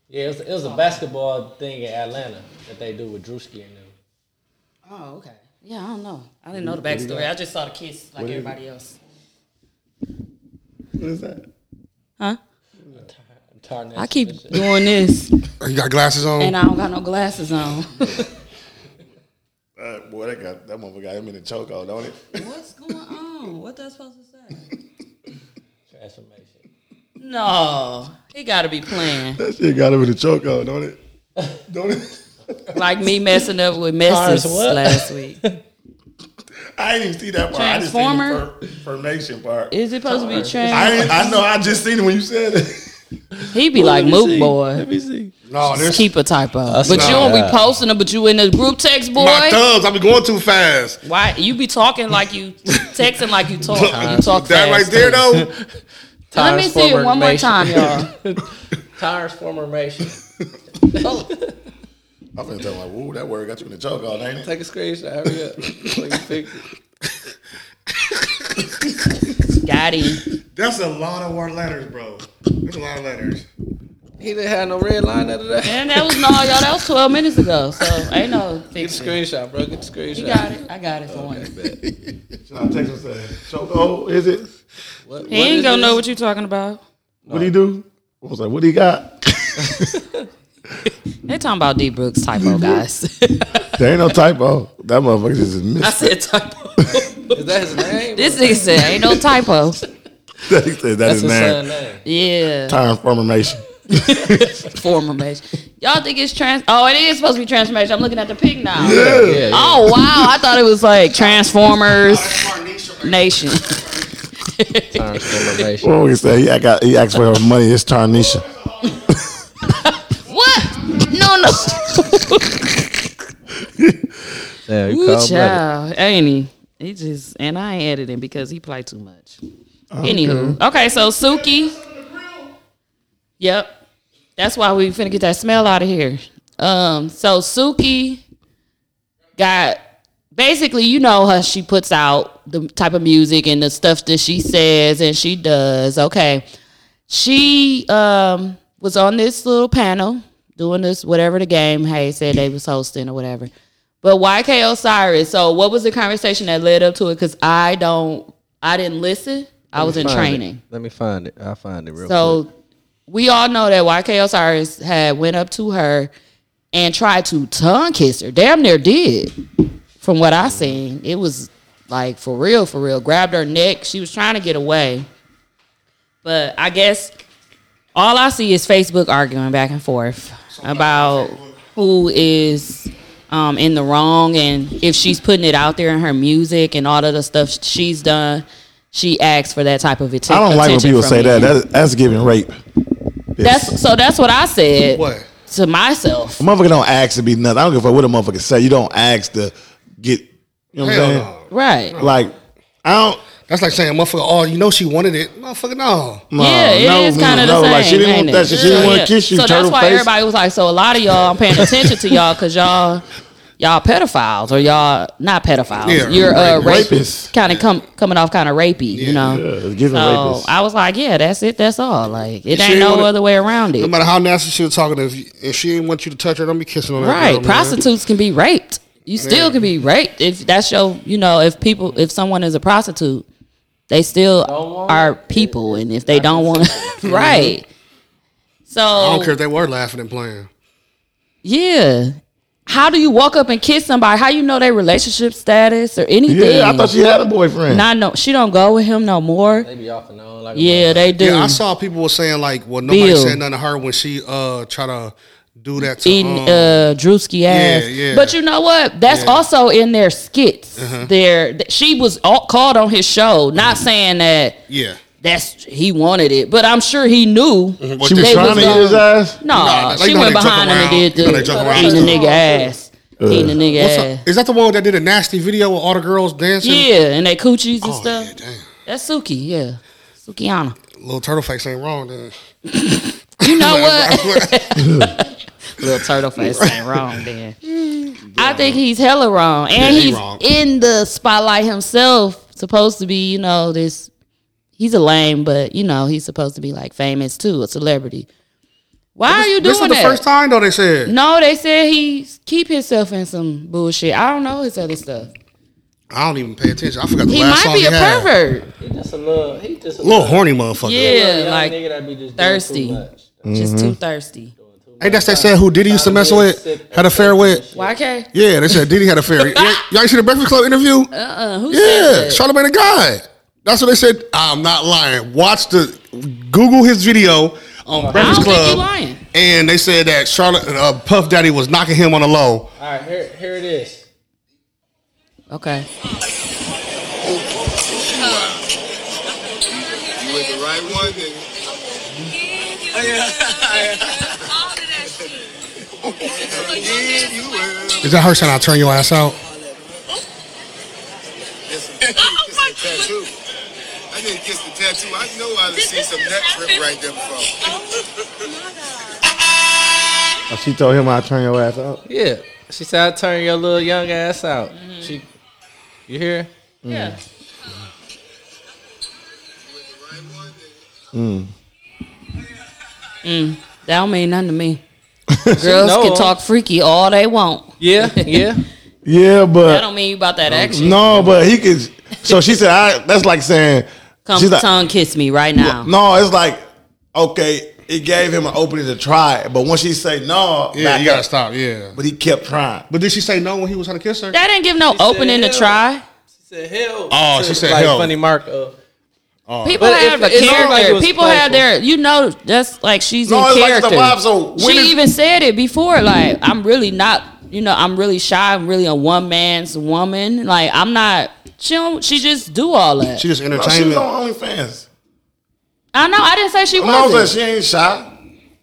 Yeah, it was, it was a basketball thing in Atlanta that they do with Drewski and them. Oh, okay. Yeah, I don't know. I didn't know the What do you backstory. got? I just saw the kids like What do you- everybody else. What is that? Huh? Tarnish. I keep doing this. You got glasses on? And I don't got no glasses on. Uh, boy, that got that motherfucker got him in a chokehold, don't *laughs* it? What's going on? What that's supposed to say? Transformation. No. He gotta be playing. That shit got him in a chokehold, don't it? Don't it? Like *laughs* me messing up with Cars messes what? last week. I didn't even see that part. I Transformer? just seen the fir- formation part. Is it supposed to be trans- I, ain't- I know. I just seen it when you said *laughs* it. He be Well, like let me Mook see. boy. Let me see. No, Just keep a typo. That's but you not- don't be posting them, but you in the group text, boy. My thumbs, I be going too fast. Why you be talking like you texting like you talk? you talk that fast. right there *laughs* though. Let me see it one more time, y'all. *laughs* Transformation. Oh, I'm finna tell him like, "Ooh, that word got you in a chokehold, ain't it?" Take a screenshot. Hurry up. Let me fix it. Got him. That's a lot of word letters, bro. That's a lot of letters. He didn't have no red line out of that. And that was no, y'all. That was twelve minutes ago, so ain't no Get fix. the it. screenshot, bro. Get the screenshot. You got it. I got it for one. Should I text him say, "Chokehold"? oh, Is it? What, He ain't gonna know what you talking about. What he do? I was like, "What he got?" They talking about D Brooks typo, guys. there ain't no typo. That motherfucker just is I missing. said typo. Is that his name? This nigga said ain't no typo. *laughs* that he said that That's is his son name. name. Yeah. Transformation. Former match. Y'all think it's trans? Oh, it is supposed to be transformation. I'm looking at the pig now. Yeah. Yeah, yeah. Oh wow! I thought it was like Transformers Nation. Transformation. What we say? He, I got, he asked for her money. It's Tarnisha. what? No, no. Yeah, you Ooh, call brother. child, ain't he? He just and I ain't editing because he play too much. Anywho, okay, so Suki. Yep, that's why we finna get that smell out of here. Um, so Suki got basically, you know her. She puts out the type of music and the stuff that she says and she does. Okay, she um was on this little panel doing this whatever the game Hey said they was hosting or whatever. But YK Osiris. So what was the conversation that led up to it? Because I don't, I didn't listen. I was in Find it. training. Let me find it. I'll find it real So quick. we all know that YK Osiris had went up to her and tried to tongue kiss her. Damn near did. From what I seen, it was like for real, for real. Grabbed her neck. She was trying to get away. But I guess all I see is Facebook arguing back and forth about who is um, in the wrong, and if she's putting it out there in her music and all of the stuff she's done, she asks for that type of atten- attention. I don't like when people from say men. that. That's, that's giving rape. That's so. That's what I said to myself. A motherfucker don't ask to be nothing. I don't give a fuck what a motherfucker say. You don't ask to get. You know what I'm Hell saying? no. Right. Like I don't. That's like saying, motherfucker, oh, you know she wanted it. Motherfucker, no. No, Yeah, it no, is no, kinda the no, like, she same, didn't want ain't that it? shit. She didn't So, wanna yeah. kiss you, So that's turtle why face. everybody was like, so a lot of y'all, I'm paying attention to y'all because y'all, y'all pedophiles or y'all not pedophiles. Yeah, You're uh, rapists. rapists, kind of come coming off kind of rapey, you know. Yeah, giving so Uh, rapists. Oh, I was like, yeah, that's it. That's all. Like it ain't She ain't no wanna- other way around No it. matter how nasty she was talking, if, you, if she didn't want you to touch her, don't be kissing on her. Right. Prostitutes can be raped. You still Yeah. can be raped if that's your, you know, if people, if someone is a prostitute, they still are people, and if they don't *laughs* want, *laughs* right. So I don't care if they were laughing and playing. Yeah. How do you walk up and kiss somebody? How you know their relationship status or anything? Yeah, I thought she had a boyfriend. Nah, no, she don't go with him no more. They be off and on. Like yeah, they do. Yeah, I saw people were saying like, well, nobody Bill. said nothing to her when she uh try to do that to Eating um, uh, Drewski ass. Yeah, yeah. But you know what? That's Yeah. also in their skits. Uh-huh. Mm-hmm. Their th- she was all, called on his show, not saying that yeah. that's he wanted it, but I'm sure he knew She was they trying to eat gonna- his ass? No, Mm-hmm. Nah, they she know went they joke behind him around. and did You know they joke the around eating the and nigga ass, eating the nigga What's ass. up? Is that the one that did a nasty video with all the girls dancing? Yeah, and they coochies and Oh, stuff. That's Suki, yeah. Sukiana. Little turtle face ain't wrong. Then. You know *laughs* what? Little turtle face ain't wrong then. I think he's hella wrong. And Yeah, he he's wrong. in the spotlight himself, supposed to be, you know, this he's a lame, but you know, he's supposed to be like famous too, a celebrity. Why are you doing this is the that? first time though they said. No, they said he keep himself in some bullshit. I don't know his other stuff. I don't even pay attention. I forgot the He last might song be he a had. pervert. He just a little. He just a Little horny motherfucker. Yeah, Young like nigga that be just doing too thirsty. Just Mhm. too thirsty. Hey, that's they said who Diddy used to mess with, had a affair with. YK? Yeah, they said Diddy had *laughs* a affair. Yeah, y'all see the Breakfast Club interview? Uh-uh. Who Yeah, said that? Charlamagne the God. That's what they said. I'm not lying. Watch the Google his video on Breakfast don't think Club. he lying. And they said that Charlotte uh, Puff Daddy was knocking him on the low. All right, here, here it is. Okay. You with the right one, nigga. Yeah, you will. Is that her saying I'll turn your ass out? tattoo. I didn't kiss the tattoo. I know I've seen some neck rip right there before. Oh, she told him I'll turn your ass out. Yeah. She said, I'll turn your little young ass out. Mm-hmm. She, you hear? Yeah. Mm. Mm, that don't mean nothing to me. Girls know can him. talk freaky all they want. *laughs* Yeah, yeah. Yeah, that but don't mean you about that action. no, but he could. So she said, "I." That's like saying, Come she's like- tongue kiss me right now. "No." It's like, okay, it gave him an opening to try, it, but once she say no, Yeah, you gotta stop. Yeah, but he kept trying. But did she say no when he was trying to kiss her? That didn't give no opening to try. Oh, she said like hell. funny mark uh, up. People But have if- a it seemed like character. it was People have their, you know, that's like she's No, in it's like character. the vibe, so when she is- even said it before. Like I'm really not, you know, I'm really shy. I'm really a one man's woman. Like I'm not. She don't. She just do all that. She just No, entertainment. she was on OnlyFans. I know. I didn't say she No, I'm wasn't. saying she ain't shy.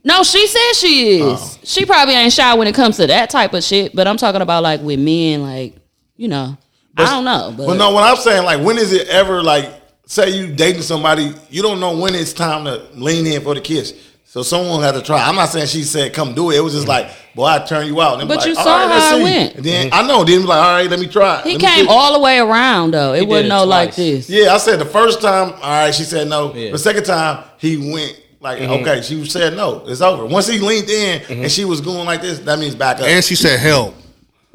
No, she said she is. Oh. She probably ain't shy when it comes to that type of shit. But I'm talking about like with men, like you know, I don't know. But, But no, what I'm saying, like, when is it ever like, say you dating somebody, you don't know when it's time to lean in for the kiss. So someone had to try. I'm not saying she said come do it. It was just like, boy, I turn you out. And I'm But like, you all saw let's how it see. went. And then I know. Then be like, all right, let me try. he came all the way around though. It wasn't no like this. Yeah, I said the first time, all right, she said no. The second time, he went like, Mhm. okay, she said no, it's over. Once he leaned in and she was going like this, that means back up. And she said help.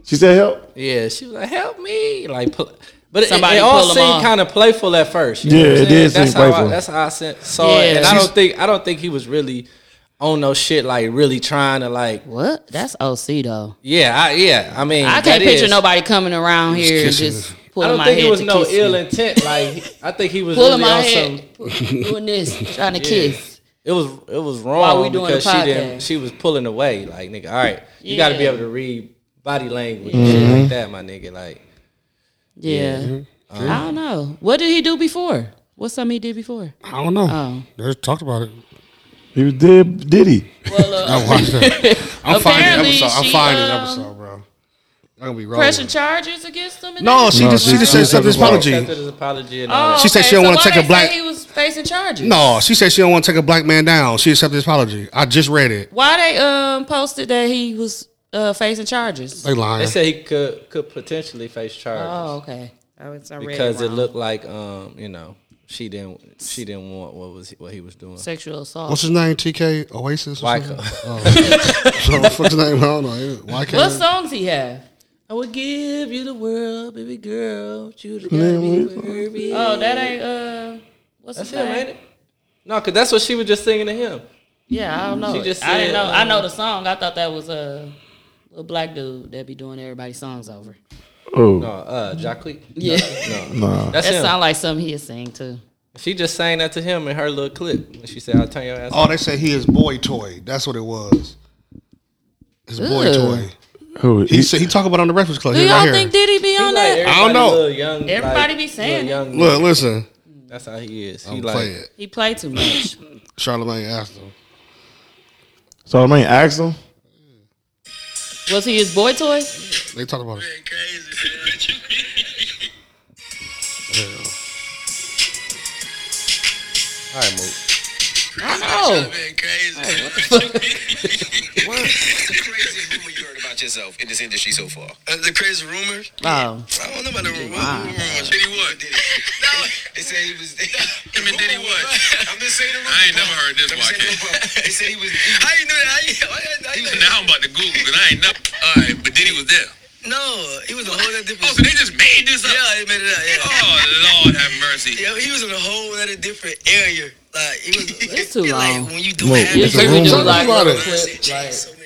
She said help. Yeah, she was like, help me. Like, pl- but it, Somebody it all pull 'em seemed off. kind of playful at first. you know Yeah, what I'm it saying? did that's seem how I, playful. that's how I sen- saw it. Yeah. And I She's- don't think I don't think he was really on no shit like really trying to like what? That's OC though. Yeah, I, yeah. I mean, I that can't picture is- nobody coming around Just here and kissing. just I pulling don't my think head it was to no kiss ill me. intent. Like I think he was Pulling really my on head, *laughs* some *laughs* doing this, trying to Yeah. kiss. It was it was Why we wrong doing the because she didn't. podcast? She was pulling away. Like nigga, all right, you got to be Yeah. able to read body language and Mm-hmm. shit Mhm. like that, my nigga. Like Yeah. Mm-hmm. I don't know. What did he do before? What's something he did before? I don't know. They just talked about it. He was dead, did he? I watched *laughs* that. I'm finding Apparently episode. I'm she, finding um, episode, bro. I'm gonna be wrong. Pressing charges against him? and No, everything? she just she just said accepted something his apology. accepted his apology and uh, Oh, She said okay. she don't So want why to take they a black. say He was facing charges. No, she said she don't want to take a black man down. She accepted his apology. I just read it. Why they um posted that he was uh, facing charges? They lying. They said he could could potentially face charges. Oh, okay. I was I read because it, it, wrong. looked like um you know she didn't she didn't want what was what he *laughs* was doing sexual assault. What's his name? TK Oasis. Or Wyco. something? *laughs* Oh. What's his name? I don't know. Why What can't? songs he have? I would give you the world, baby girl. You the Man, what- Oh, that ain't uh. What's That's his him, ain't name? it? No, because that's what she was just singing to him. Yeah, I don't know. She it. just I didn't said, know. I know uh, the song. I thought that was uh, a little black dude that be doing everybody's songs over. Oh. No, uh, Jacqueline. Yeah, No, no. That's that him. sound like something he'd sing too. She just sang that to him in her little clip. And She said, "I'll turn your ass." Oh, they said he is boy toy. That's what it was. His boy Ew. toy. Who he, said? He talked about it on the Breakfast Club. Do He y'all right here. think Diddy be on like that? everybody I don't know. little Young, Everybody like, be saying little young- Look, listen. That's how he is. He I'm like playing. he played too much. Charlemagne asked him. So I mean, asked him. Was he his boy toy? They talked about it. All right, move. I know. *laughs* heard about yourself in this industry so far? Uh, the crazy rumors? Oh. I don't know about the rumors. rumors. Diddy *laughs* what? No, they said he was. *laughs* Him and Diddy what? I'm just saying the rumors. I ain't never heard this. Why They said he was. How you know that? How you, now I'm about to Google because I ain't know. All right, but Diddy was there. No, he was a whole other different. Oh, so they just made this up? Yeah, they made it up. Yeah. Oh Lord, have mercy. Yeah, he was in a whole other different area. Like he was. It's too long. when you Look, it's a rumor. Talk about it.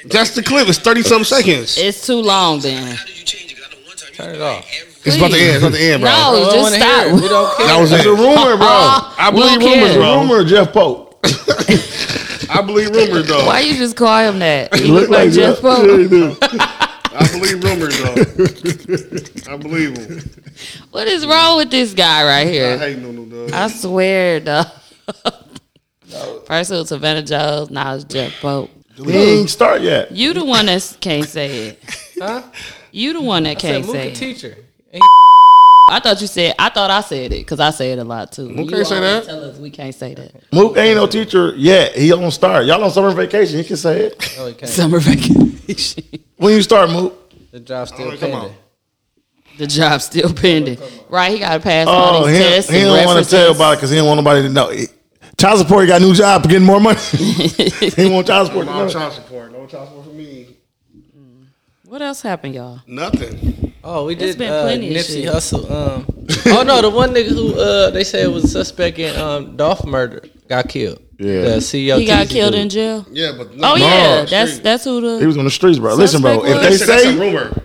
That's the clip. It's thirty some seconds. It's too long, then. Turn it off. It's about to end. It's about to end, bro. No, I don't just wanna hear stop. it. We don't care. That was It's it. a rumor, bro. I Uh, we believe don't care. rumors, bro. Rumor, Jeff *laughs* Pope. I believe rumors, though. Why you just call him that? He Look look like Jeff Pope. Yeah, he *laughs* do. I believe rumors, though. I believe them. What is wrong with this guy right I here? hate Nunu, dog. I swear, *laughs* dog. First it was Savannah Jones, now it's Jeff Pope. We ain't start yet. You the one that can't say it. Huh? You the one that I said, can't "Move say the it. teacher." I thought you said. I thought I said it because I say it a lot too. You can't say always that. Tell us we can't say that. Mook ain't no teacher yet. He don't start. Y'all on summer vacation. He can say it. No, Oh, he *laughs* can't. Summer vacation. When you start, Mook? The job still Alright, come pending. The job's still pending. Right, he got to pass all Oh, these he, tests. he and don't want to references. tell about it because he don't want nobody to know. He- Child support he got a new job, getting more money. *laughs* he want child support. to No know. child support. No child support for me. What else happened, y'all? Nothing. Oh, we did been uh, plenty of Nipsey shit. Hustle. Um, oh no, the one nigga who uh, they said was a suspect in um, Dolph murder got killed. Yeah. the E CEO. He got Teezy killed dude. in jail. Yeah, but no. Oh yeah, that's street. that's who the. He was on the streets, bro. Listen, bro. Suspect If was- they They said that's a say rumor.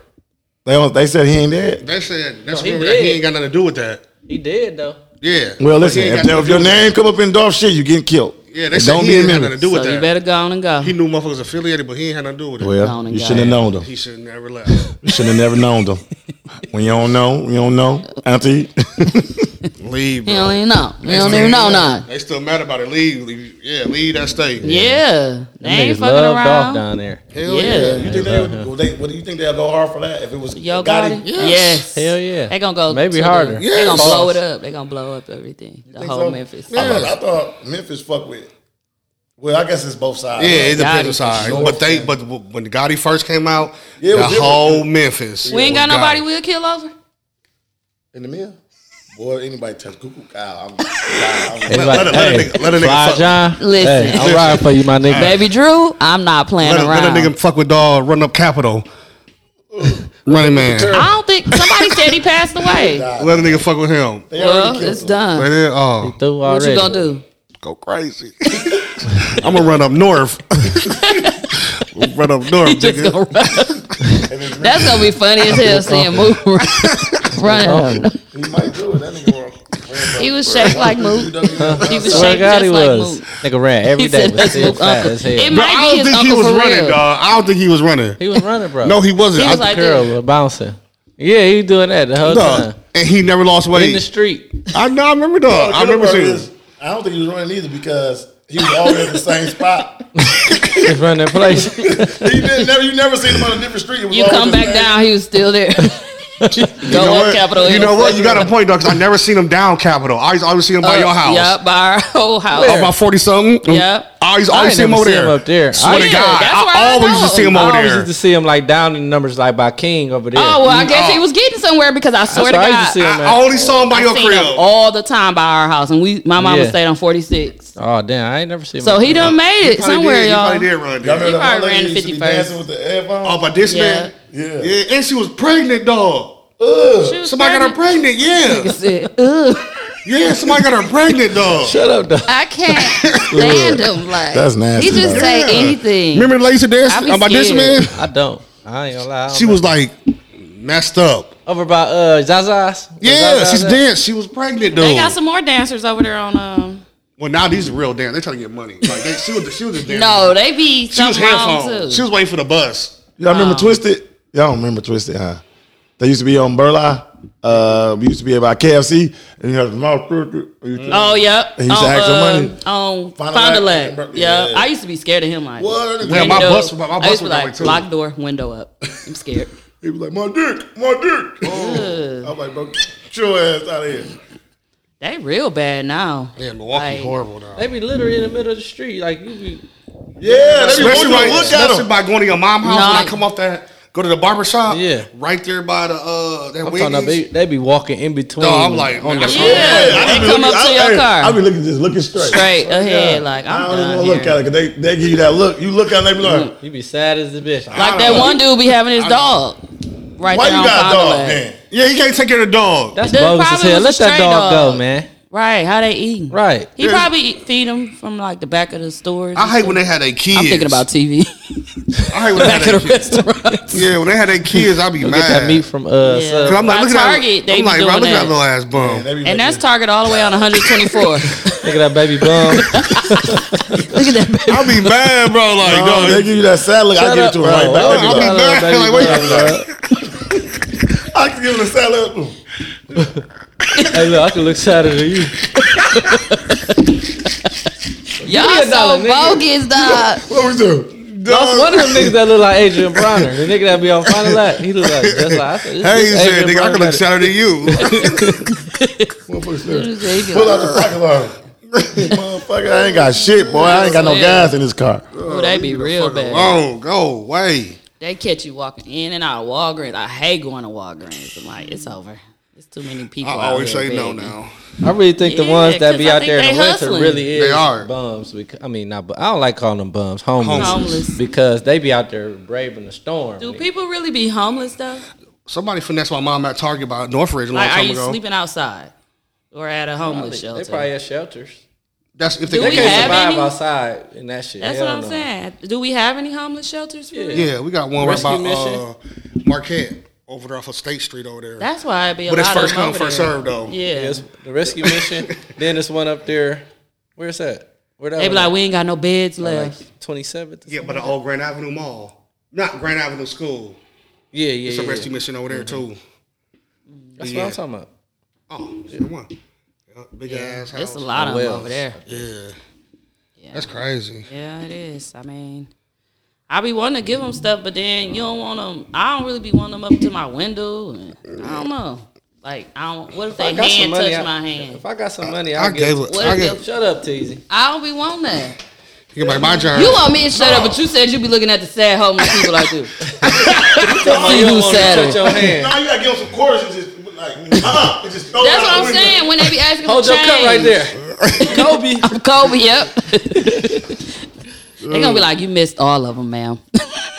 they, don't- they said he ain't dead. They said that's No, he a rumor. That he did. ain't got nothing to do with that. He did though. Yeah. Well, But listen. he ain't If, got they- if nothing to your do with name come up in Dolph shit, you getting killed. it. Yeah, they It said don't he mean ain't got nothing. nothing to do with so you that. better go on and go. He knew motherfuckers affiliated, but he ain't had nothing to do with it. Well, Gone and you gone. shouldn't have known them. He should *laughs* never left. You shouldn't have never known them. When you don't know, you don't *laughs* know. Auntie, Leave. He bro. don't even know. He don't even know none. They still mad about it. Leave. leave. Yeah, leave that state. Yeah, they ain't Niggas fucking love Dolph around. down there. Hell yeah. yeah. you think they would, would they, would you think they'll go hard for that if it was Yo, got Gotti? it. Yes. Hell yeah. They gonna go Maybe to the- harder. They gonna Yes. blow it up. They gonna blow up everything. The think whole so? Memphis. I, thought, I thought Memphis fucked with. Well, I guess it's both sides. Yeah, it depends on Gotti. side. But they, but w- when Gotti first came out, Yeah, it the was different. whole Memphis. We ain't got was nobody Gotti. we'll kill over. in the mill. Boy, anybody touch Cuckoo Kyle, I'm, Let a- let a nigga- let a nigga Fly fuck. John. Listen. hey, I'm riding for you, my nigga. Baby Drew, I'm not playing Let a, let a around. *laughs* nigga fuck with dog. Run *laughs* up capital. Running man. I don't think somebody said he passed *laughs* away. Let a nigga fuck with him. well, it's done. Right there. Oh, Through What already. you gonna do? go crazy. *laughs* I'm gonna run up north. *laughs* run up north, Just nigga. gonna run. That's gonna be funny as hell seeing move run. Oh, He might do it. That nigga wrong. He was shaped like *laughs* Moot. E He was Swear shaped to God, just he like was. Moot. Nigga ran every He day, said but that's still Moot fat uncle. as hell. It Bro, might I be don't his think he uncle was for running, real. dog. I don't think he was running. He was running, bro. No, he wasn't. He was I- *laughs* like curl, was bouncing. Yeah, he was doing that the whole Dog, time. and he never lost weight In the street. I know. I remember, No, dog. I remember Gilmore seeing. is- I don't think he was running either because he was always at the same spot. Just running that *laughs* place. *laughs* He didn't never you never seen him on a different street. It was You always come the back same. down, he was still there. You Go know up what? Capitol You Hill. know what? You got a point, dog. Cause I never seen him down Capitol. I always, always see him *laughs* by Uh, your house. Yep, by our *laughs* whole house. Oh, about forty something. Yep. I always, I always ain't see him never over seen there. him up there. Swear to Yeah, God, that's where I I always used to know see him I over always there. used to see him like down in the numbers, like by King over there. Oh well, I Mm, guess he was getting somewhere because I swear to why I God, used to see him at. I seen him all the time by our house, and we my mama Yeah. stayed on forty six. Oh damn, I ain't never seen him. So he done made it probably somewhere, did. He y'all. probably did run. Y'all remember He that one probably lady ran used to be 51st. dancing with the headphones? Oh, but this Yeah. man. Yeah. Yeah, and she was pregnant, dog. was somebody got her pregnant. *laughs* Yeah, yeah, somebody got her pregnant, dog. *laughs* Shut up, dog. I can't *laughs* stand him. Like That's nasty, He just dog. say Yeah. anything. Remember the lady said this I be about this scared. man? I don't. I ain't gonna lie. I don't She was like messed up. know. over by uh Zaza's. Was Yeah, Zaza's she's there? dead. She was pregnant, They though. got some more dancers over there on um. Well, now these are real damn. They trying to get money. Like they, she was, she was just dancing. No, they be she was something wrong headphone. too. She was waiting for the bus. Y'all remember Twisted? Y'all don't remember Twisted, huh? They used to be on Burla. Uh, we used to be about KFC, and you had the mouth. Oh yep. And he used to on, ask for uh, money. on Fond du Fond du Lac. Lac. Yeah. Yeah. I used to be scared of him. Like What? Yeah, my window- bus- my- my bus I used to was be that way, like too. lock door, window up. I'm *laughs* scared. He was like, "My dick, my dick." Oh. I'm like, "Bro, get your ass out of here." They real bad *laughs* now. Yeah, Milwaukee Like- horrible now. They be literally in the middle of the street, like you be. Yeah, they be wanting Especially, by, to look at especially him. by going to your mom's house when I No. come off that, go to the barber shop. Yeah. right there by the uh that I'm talking about they, Wendy's. they be walking in between. No, I'm like, on man, the I- Yeah, I they be come looking- up to I- your hey, I car be looking, just looking straight. straight ahead. Like I I'm don't even done want to look at here. Mm-hmm. it because they, they give you that look. You look at them, they be like, you be sad as a bitch. Like that one dude be having his dog right "Why there you on got a Fond du dog, Lac. man?" Yeah, he can't take care of the dog. That's That bogus as probably hell. was a Let that stray dog, dog. go, man. Right? How they eating? Right. He probably feed them from like the back of the stores. I hate when they had their kids. I'm thinking about TV. *laughs* I hate when they had back of their the kids. restaurant. Yeah, when they had *laughs* their kids, I'd be Go mad. get that meat from uh. Yeah. Sub. Cause I'm like, By look Target, at that. they I'm be like, doing bro, look at that. that little ass bum. They be And making- that's Target all the way on 124. *laughs* Look Look at that baby bum. at that baby. I'd be mad, *laughs* bro. Like, No, dog, they give you that sad look. I Shut give it up, to him bro. right back. Look They at be that like, back. little Like, baby what bum, bro. *laughs* I can give him a sad look. Hey, look, I can look sadder than you. *laughs* Y'all dollar, so nigga. *laughs* bogus, dog. What we do? That's one of them niggas that look like Adrian Bronner. The nigga that be on Final Lap. He look like just like. I said, this Hey, is he said, Adrian nigga, I Bronner can got look it. sadder than you. *laughs* Pull out the pocket line. Motherfucker, I ain't got shit, boy. I ain't got no Yeah. gas in this car. Oh, they be real bad. Oh, go away. They catch you walking in and out of Walgreens. I hate going to Walgreens. I'm like, it's over. It's too many people. I out always here say no begging. now. I really think the Yeah, ones that be 'cause I out think there in the they winter hustling. really is They are. bums. Because, I mean, not. bu- I don't like calling them bums. Homeless. Homeless. Because they be out there braving the storm. Do nigga. people really be homeless though? Somebody finessed my mom at Target by Northridge a long Like, are time you ago. sleeping outside or at a homeless They shelter? probably have shelters. That's if they, Do They we can't have survive any? outside in that shit. That's Hell what I'm no. saying. Do we have any homeless shelters? For real? Yeah, we got one Rescue right by uh, mission? Marquette over there off of State Street over there. That's why it'd be a but lot it's of first them come, over first there. served though. Yeah, It's the rescue mission. then it's one up there. Where's that? Where that? they be one like, we ain't got no beds at? left. like 27th. Yeah, but the old Grand Avenue Mall, not Grand Avenue School. Yeah, yeah, It's yeah. a rescue yeah. mission over there Mm-hmm. too. That's yeah. what I'm talking about. Oh, shit, one. Yeah, Big ass house. It's a lot of them Wells. over there. Yeah. That's crazy. Yeah, it is. I mean, I be wanting to give them stuff, but then you don't want them. I don't really be wanting them up to my window. And I don't know. Like, I don't. What if they I got some hand touch money, I- my hand? If I got some money, I, I'll give gave it. What I if gave your- Shut up, Teasy. I don't be wanting that. You like my job. You want me to shut up, but you said you be looking at the sad homeless people like *laughs* this. You don't who's want to sadder? touch *laughs* your hand. Now you gotta give him some quarters and just *laughs* like, uh-uh, and just throw That's it out what the I'm window. saying when they be asking Hold for your change. cup right *laughs* there. Kobe. I'm *laughs* Kobe, yep. they gonna be like, you missed all of them, ma'am.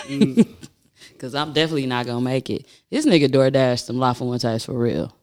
Mm. *laughs* Because I'm definitely not gonna make it. This nigga DoorDash some lawful one times for real.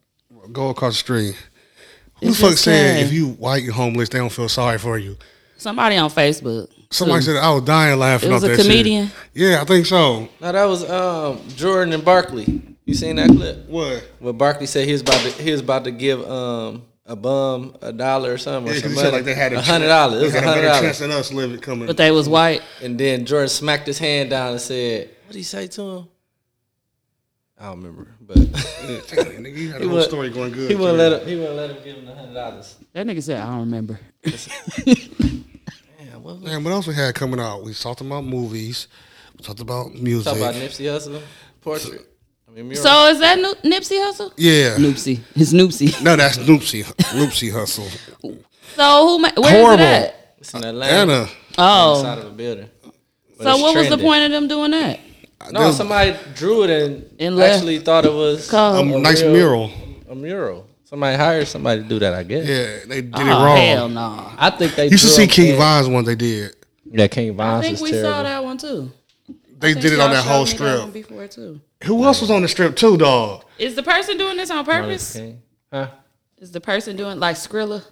Go across the street. Who the It's fuck just said sad. if you white and homeless, they don't feel sorry for you? Somebody on Facebook. Somebody said I was dying laughing. It was off a that shit. comedian. Yeah, I think so. Now that was um Jordan and Barkley. You seen that clip? What? Where Barkley said he was about to he was about to give um a bum a dollar or something. Or Yeah, some they money. said like they had a a hundred dollars. It was they a had a hundred better chance dollars. than us living coming. white. And then Jordan smacked his hand down and said, "What did he say to him?" I don't remember, but *laughs* nigga, you had a whole wouldn't- story going good, He wouldn't too. let him. He wouldn't let him give him the hundred dollars. That nigga said, I don't remember. Man, what else we had coming out? We talked about movies. We talked about music. Talk about Nipsey Hussle portrait. I mean, mural. So is that Nu- Nipsey Hussle? yeah, Noopsy. It's Noopsy. No, that's Noopsy. Noopsy Hustle. *laughs* *laughs* So who? Ma- where's Horrible. it at? It's in Atlanta. Atlanta. Oh, Oh. On the side of a building. But so it's what was the trending. point of them doing that? No, somebody drew it and, And left. actually thought it was Called- A nice mural. A mural. Somebody hired somebody to do that. I guess. Yeah, they did it Oh, wrong. hell no. I think they. You should drew see up King and- Von's one they did. Yeah, King I Von's think we saw that one too. They I think did it on y'all that showed whole me strip. one before too. Who else was on the strip too, dog? Is the person doing this on purpose? Huh? Is the person doing like Skrilla?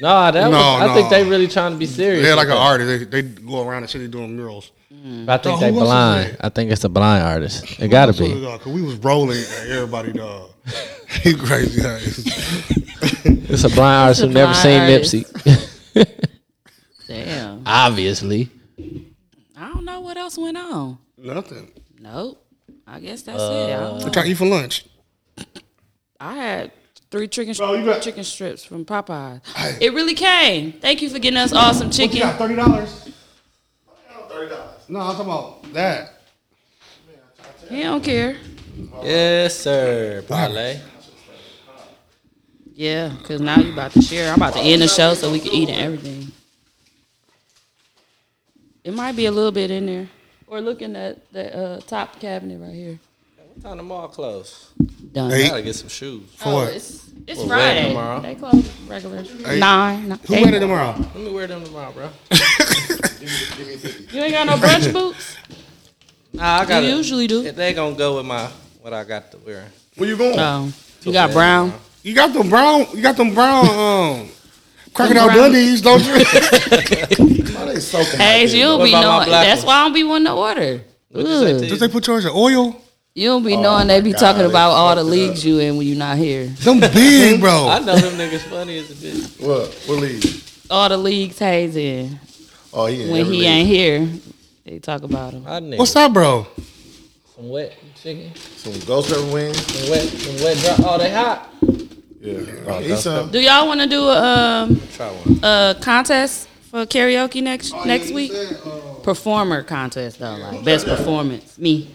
No, that No, was, I no. think they really trying to be serious. They're like an with artist. They, they go around the city doing murals. that. I think Dog, they who else was blind. I think it's a blind artist. It gotta Absolutely, be. dog, 'cause we was rolling at everybody, *laughs* dog. you crazy? huh? *laughs* It's a blind artist a who never blind seen artist. Nipsey. *laughs* Damn. Obviously. I don't know what else went on. Nothing. Nope. I guess that's it. I Uh, don't What know. y'all eat for lunch? I had three chicken chicken strips from Popeye. It really came. Thank you for getting us awesome chicken. Thirty dollars. No, I'm talking about that. He don't care. Yes, sir. Parlay. Yeah, cause now you about to share. I'm about to end the show so we can eat and everything. It might be a little bit in there. Or looking at the uh, top cabinet right here. What time the mall close? Done. I gotta get some shoes. For Oh, what? it's- it's Friday. They close regular. Hey, Nine. who eight. wear it tomorrow? Let me wear them tomorrow, bro. you ain't got no brunch boots. Nah, Ah, I *laughs* got. You usually do. They gonna go with my what I got to wear. *laughs* Where you going? Oh, you got brown? You got them brown. You got them brown. Um, crocodile brown- Dundies, don't you? Hey, so you don't be knowing. That's why I don't be wanting to order. Ugh. Did they put yours in oil? You don't be Oh, knowing they be God, talking they about all the leagues you in when you not here. Them big, bro. I know them niggas funny as a bitch. What? What league? all the leagues Hayes in. Oh, he in When every he league. ain't here, they talk about him. I What's up, bro? Some wet chicken. Some ghost pepper wings. Some wet. Some wet drop. Oh, they hot. Yeah. Eat Eat some. some. Do y'all want to do a um, Try one. a contest for karaoke next next week? Performer contest though, like best performance. Me,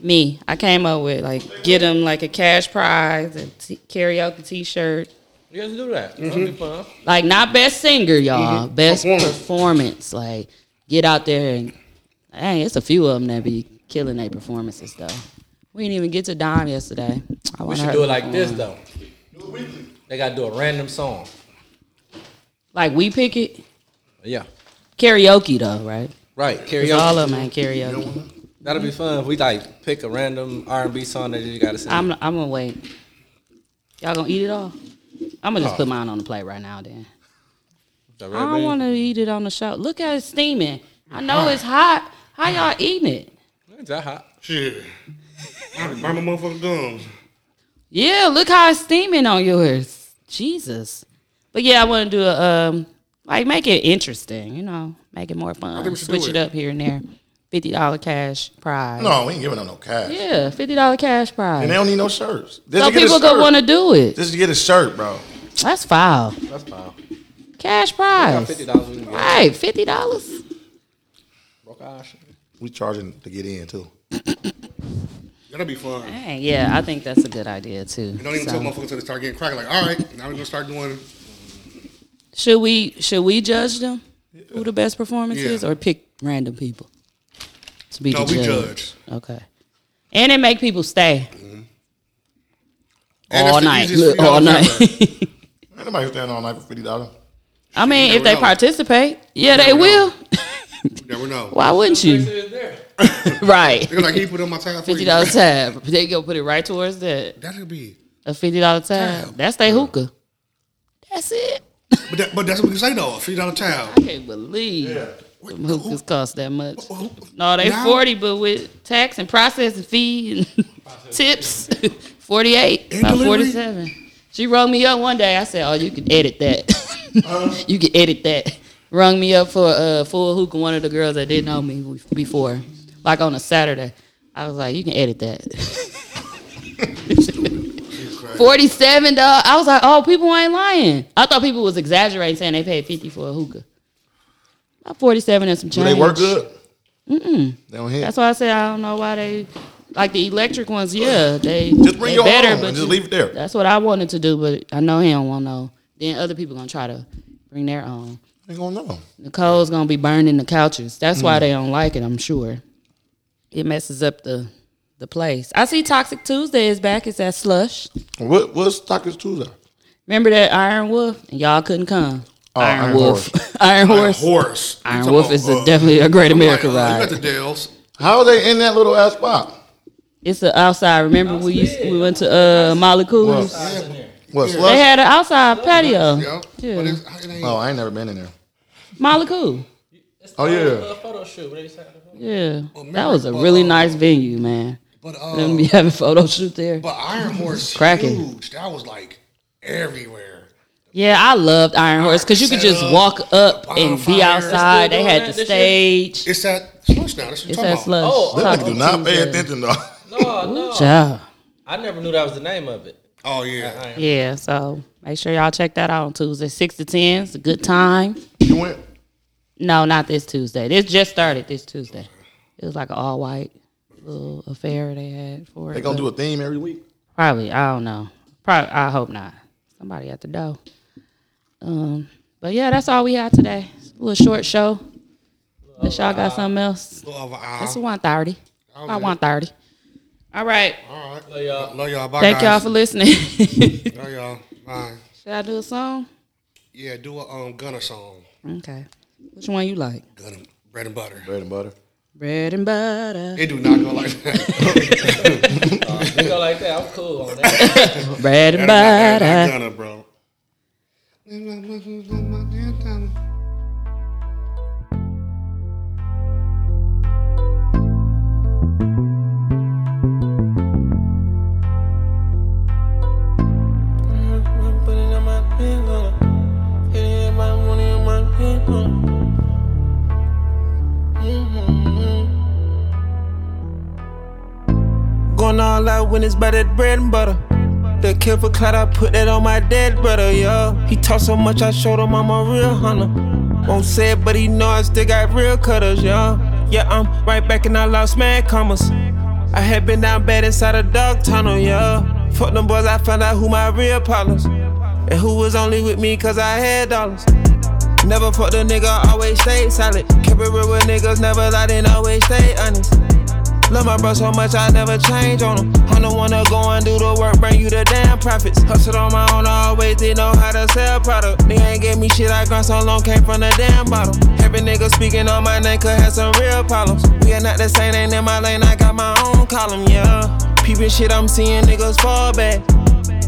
me. I came up with like get him like a cash prize, a t- karaoke T-shirt. You guys do that. That'd be fun. Like not best singer, y'all. Mhm. Best Performance. performance. Like get out there and hey, it's a few of them that be killing their performances though. We didn't even get to Dom yesterday. I We wanna should her do to it like this perform. though. They gotta do a random song. Like we pick it Yeah. karaoke though, right? Right. 'Cause Karaoke. All of them ain't karaoke. That'll be fun if we like pick a random R and B song that you gotta sing. I'm I'm gonna wait. Y'all gonna eat it all? I'm gonna just Oh. put mine on the plate right now. Then The I Red don't Band? want to eat it on the show. Look at it steaming. I know it's hot. How y'all eating it? Is that hot? Shit. I can burn my motherfucking gums. Yeah, look how it's steaming on yours. Jesus. But yeah, I want to do a um, like make it interesting. You know, make it more I think fun. we should Switch do it it. up here and there. Fifty dollar cash prize. No, we ain't giving them no cash. Yeah, fifty dollar cash prize. And they don't need no shirts. So people gonna wanna do it. Just to get a shirt, bro. That's foul. That's foul. Cash got prize. $50 we can get. Right, fifty dollars. We charging to get in too. That'll be fun. Dang, yeah, I think that's a good idea too. Don't even So, tell motherfuckers until they start getting cracked. Like, all right, now we're gonna start doing. should we should we judge them who the best performance Yeah. is, or pick random people to be No, the we judge? judge. Okay, and it make people stay And all it's the night, easiest Look, thing all I've *laughs* night. Ain't nobody stand all night for fifty dollars. I mean, You if they never know. participate, yeah, they never will. never know. Why wouldn't you? *laughs* right. They're like, he put on my tab. for you. Fifty dollar tab. They go put it right towards that. That'll be a fifty dollar tab. That's they hookah. That's it. But that, but that's what you say though. A fifty dollar tab. I can't believe them hookahs cost that much. No, they Now- forty, but with tax and processing fee and *laughs* tips, forty eight, about delivery? forty seven. She rung me up one day. I said, "Oh, you can edit that. *laughs* you can edit that." Rung me up for uh, full hook. One of the girls that didn't know me w- before, like on a Saturday, I was like, "You can edit that." *laughs* Forty-seven dollars. I was like, "Oh, people ain't lying." I thought people was exaggerating, saying they paid fifty for a hookah. About forty-seven and some Do change. they work good? Mm-mm. They don't hit. That's why I said I don't know why they like the electric ones. Yeah, they Just bring they your better, own but and just you- leave it there. That's what I wanted to do, but I know he don't want no. Then other people gonna try to bring their own. They gonna know. Nicole's gonna be burning the couches. That's why Mm. they don't like it. I'm sure. It messes up the the place. I see Toxic Tuesday is back. It's at Slush. What what's Stockers Tuesday? Remember that Iron Wolf? And y'all couldn't come. Oh, Iron, Iron Wolf. Horse. *laughs* Iron Iron Horse. Horse. You Iron talking Wolf about, is a- uh, definitely a great I'm like, American uh, you ride. got the How are they in that little ass spot? It's the outside. Remember we used, we went to uh Molly Cool's. What, Slush? They had an outside patio. Yeah. Yeah. Oh, I ain't never been in there. Molly Cool. Oh yeah. photo shoot. What they said. Yeah. Well, That was a remember, really nice venue, man. but, Let uh, me having *laughs* photo shoot there. But Iron Horse, cracking. huge. That was like everywhere. Yeah, I loved Iron Horse because you could just Setup, walk up and bonfire. be outside. They had the Still doing that this stage. It's that slush now. That's what It's that you're talking about. slush. Oh, Them niggas do not pay attention though. *laughs* No, no. child. I never knew that was the name of it. Oh yeah. Yeah, so make sure y'all check that out on Tuesday, six to ten. It's a good time. You went? No, not this Tuesday. This just started this Tuesday. It was like an all white little affair they had for it. They gonna but- do a theme every week. Probably. I don't know. Probably. I hope not. Somebody at the door. Um. But yeah, that's all we had today. A little short show. Unless y'all got something else. Little over an hour. It's one thirty. About Okay. one thirty. All right. All right. Love y'all. Love y'all. Bye, Thank y'all guys. for listening. *laughs* Love y'all. Bye. Should I do a song? Yeah, do a um Gunner song. Okay. Which one you like? Gunner, bread and butter. Bread and butter. Bread and *laughs* butter. It do not go like that. It go like that. I'm cool on that. Bread and That is not- that is butter. not Gunna, bro. Mm-hmm. Going all out when it's better than bread and butter. The kill for clout, I put that on my dead brother, yo. He talk so much, I showed him I'm a real hunter. Won't say it, but he know I still got real cutters, yo. Yeah, I'm right back and I lost mad commas. I had been down bad inside a dog tunnel, yo. Fuck them boys, I found out who my real partners. And who was only with me cause I had dollars. Never fucked a nigga, always stayed solid. Kept it real with niggas, never lied and always stayed honest. Love my bro so much, I never change on him. I'm the one that go and do the work, bring you the damn profits. Hustled on my own, I always did know how to sell product. Nigga ain't gave me shit, I grind so long, came from the damn bottom. Every nigga speaking on my name could have some real problems. We are not the same, ain't in my lane, I got my own column, yeah. Peeping shit, I'm seeing niggas fall back.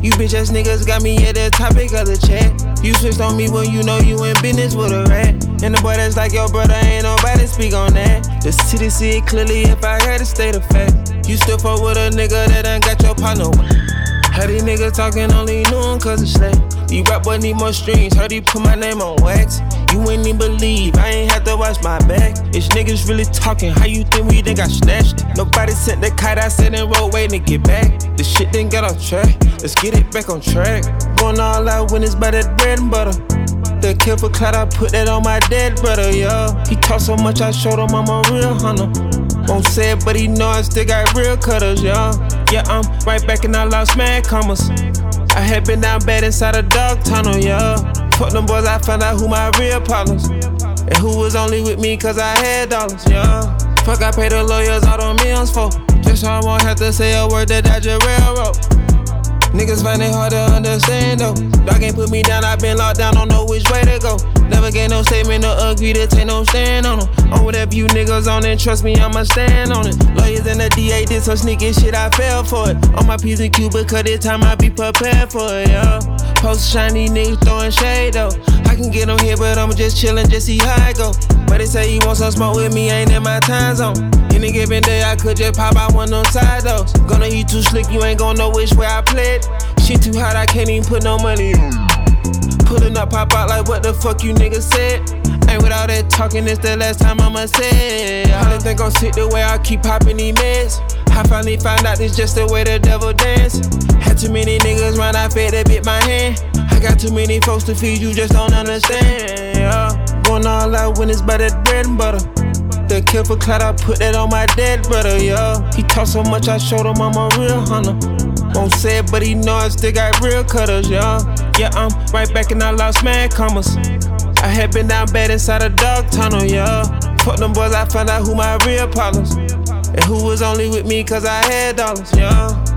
You bitch ass niggas got me at the topic of the chat. You switched on me when you know you in business with a rat. And the boy that's like your brother ain't nobody speak on that. The city see it clearly if I had to state of fact. You still fuck with a nigga that ain't got your partner. How these niggas talking only knew him cause it's slack. You rap boy need more streams, heard he put my name on wax. You ain't even believe, I ain't had to watch my back. It's niggas really talking, how you think we done got snatched? Nobody sent the kite, I said and roll waiting to get back. The shit didn't get off track, let's get it back on track. Going all out when it's by that bread and butter. The kill for clout, I put that on my dead brother, yo. He talk so much, I showed him I'm a real hunter. Won't say it, but he know I still got real cutters, yeah. Yeah, I'm right back and I lost mad commas. I had been down bad inside a dog tunnel, yeah. Fuck them boys, I found out who my real partners. And who was only with me cause I had dollars, yeah. Fuck, I paid the lawyers all them meals for. Just so I won't have to say a word that I just railroad. Niggas find it hard to understand though. Dog ain't put me down, i been locked down, don't know which way to go. Never gave no statement or agree to take no stand on them. On whatever you niggas on it, trust me, I'ma stand on it. Lawyers and the DA did some sneaky shit, I fell for it. On my P's and Q, because this time I be prepared for it, yeah. Post shiny niggas throwing shade though. I can get him here, but I'ma just chillin', just see how it go. But they say he wants some smoke with me, ain't in my time zone. Any given day, I could just pop out one of them sidos. Gonna eat too slick, you ain't gonna know which way I played. Shit too hot, I can't even put no money on. Pulling up, pop out like what the fuck you niggas said. Ain't with all that talking, it's the last time I'ma say. it. I don't think I'm sick the way I keep popping these meds. I finally found out it's just the way the devil dance. Had too many niggas run, I fed that bit my hand. I got too many folks to feed, you just don't understand. Yeah. Going all out when it's by that bread and butter. The careful cloud, I put that on my dead brother, yeah. He talk so much, I showed him I'm a real hunter. Won't say it, but he know I still got real cutters, yeah. Yeah, I'm right back and I lost mad commas. I had been down bad inside a dog tunnel, yeah. Fuck them boys, I found out who my real problems. And who was only with me cause I had dollars, yeah.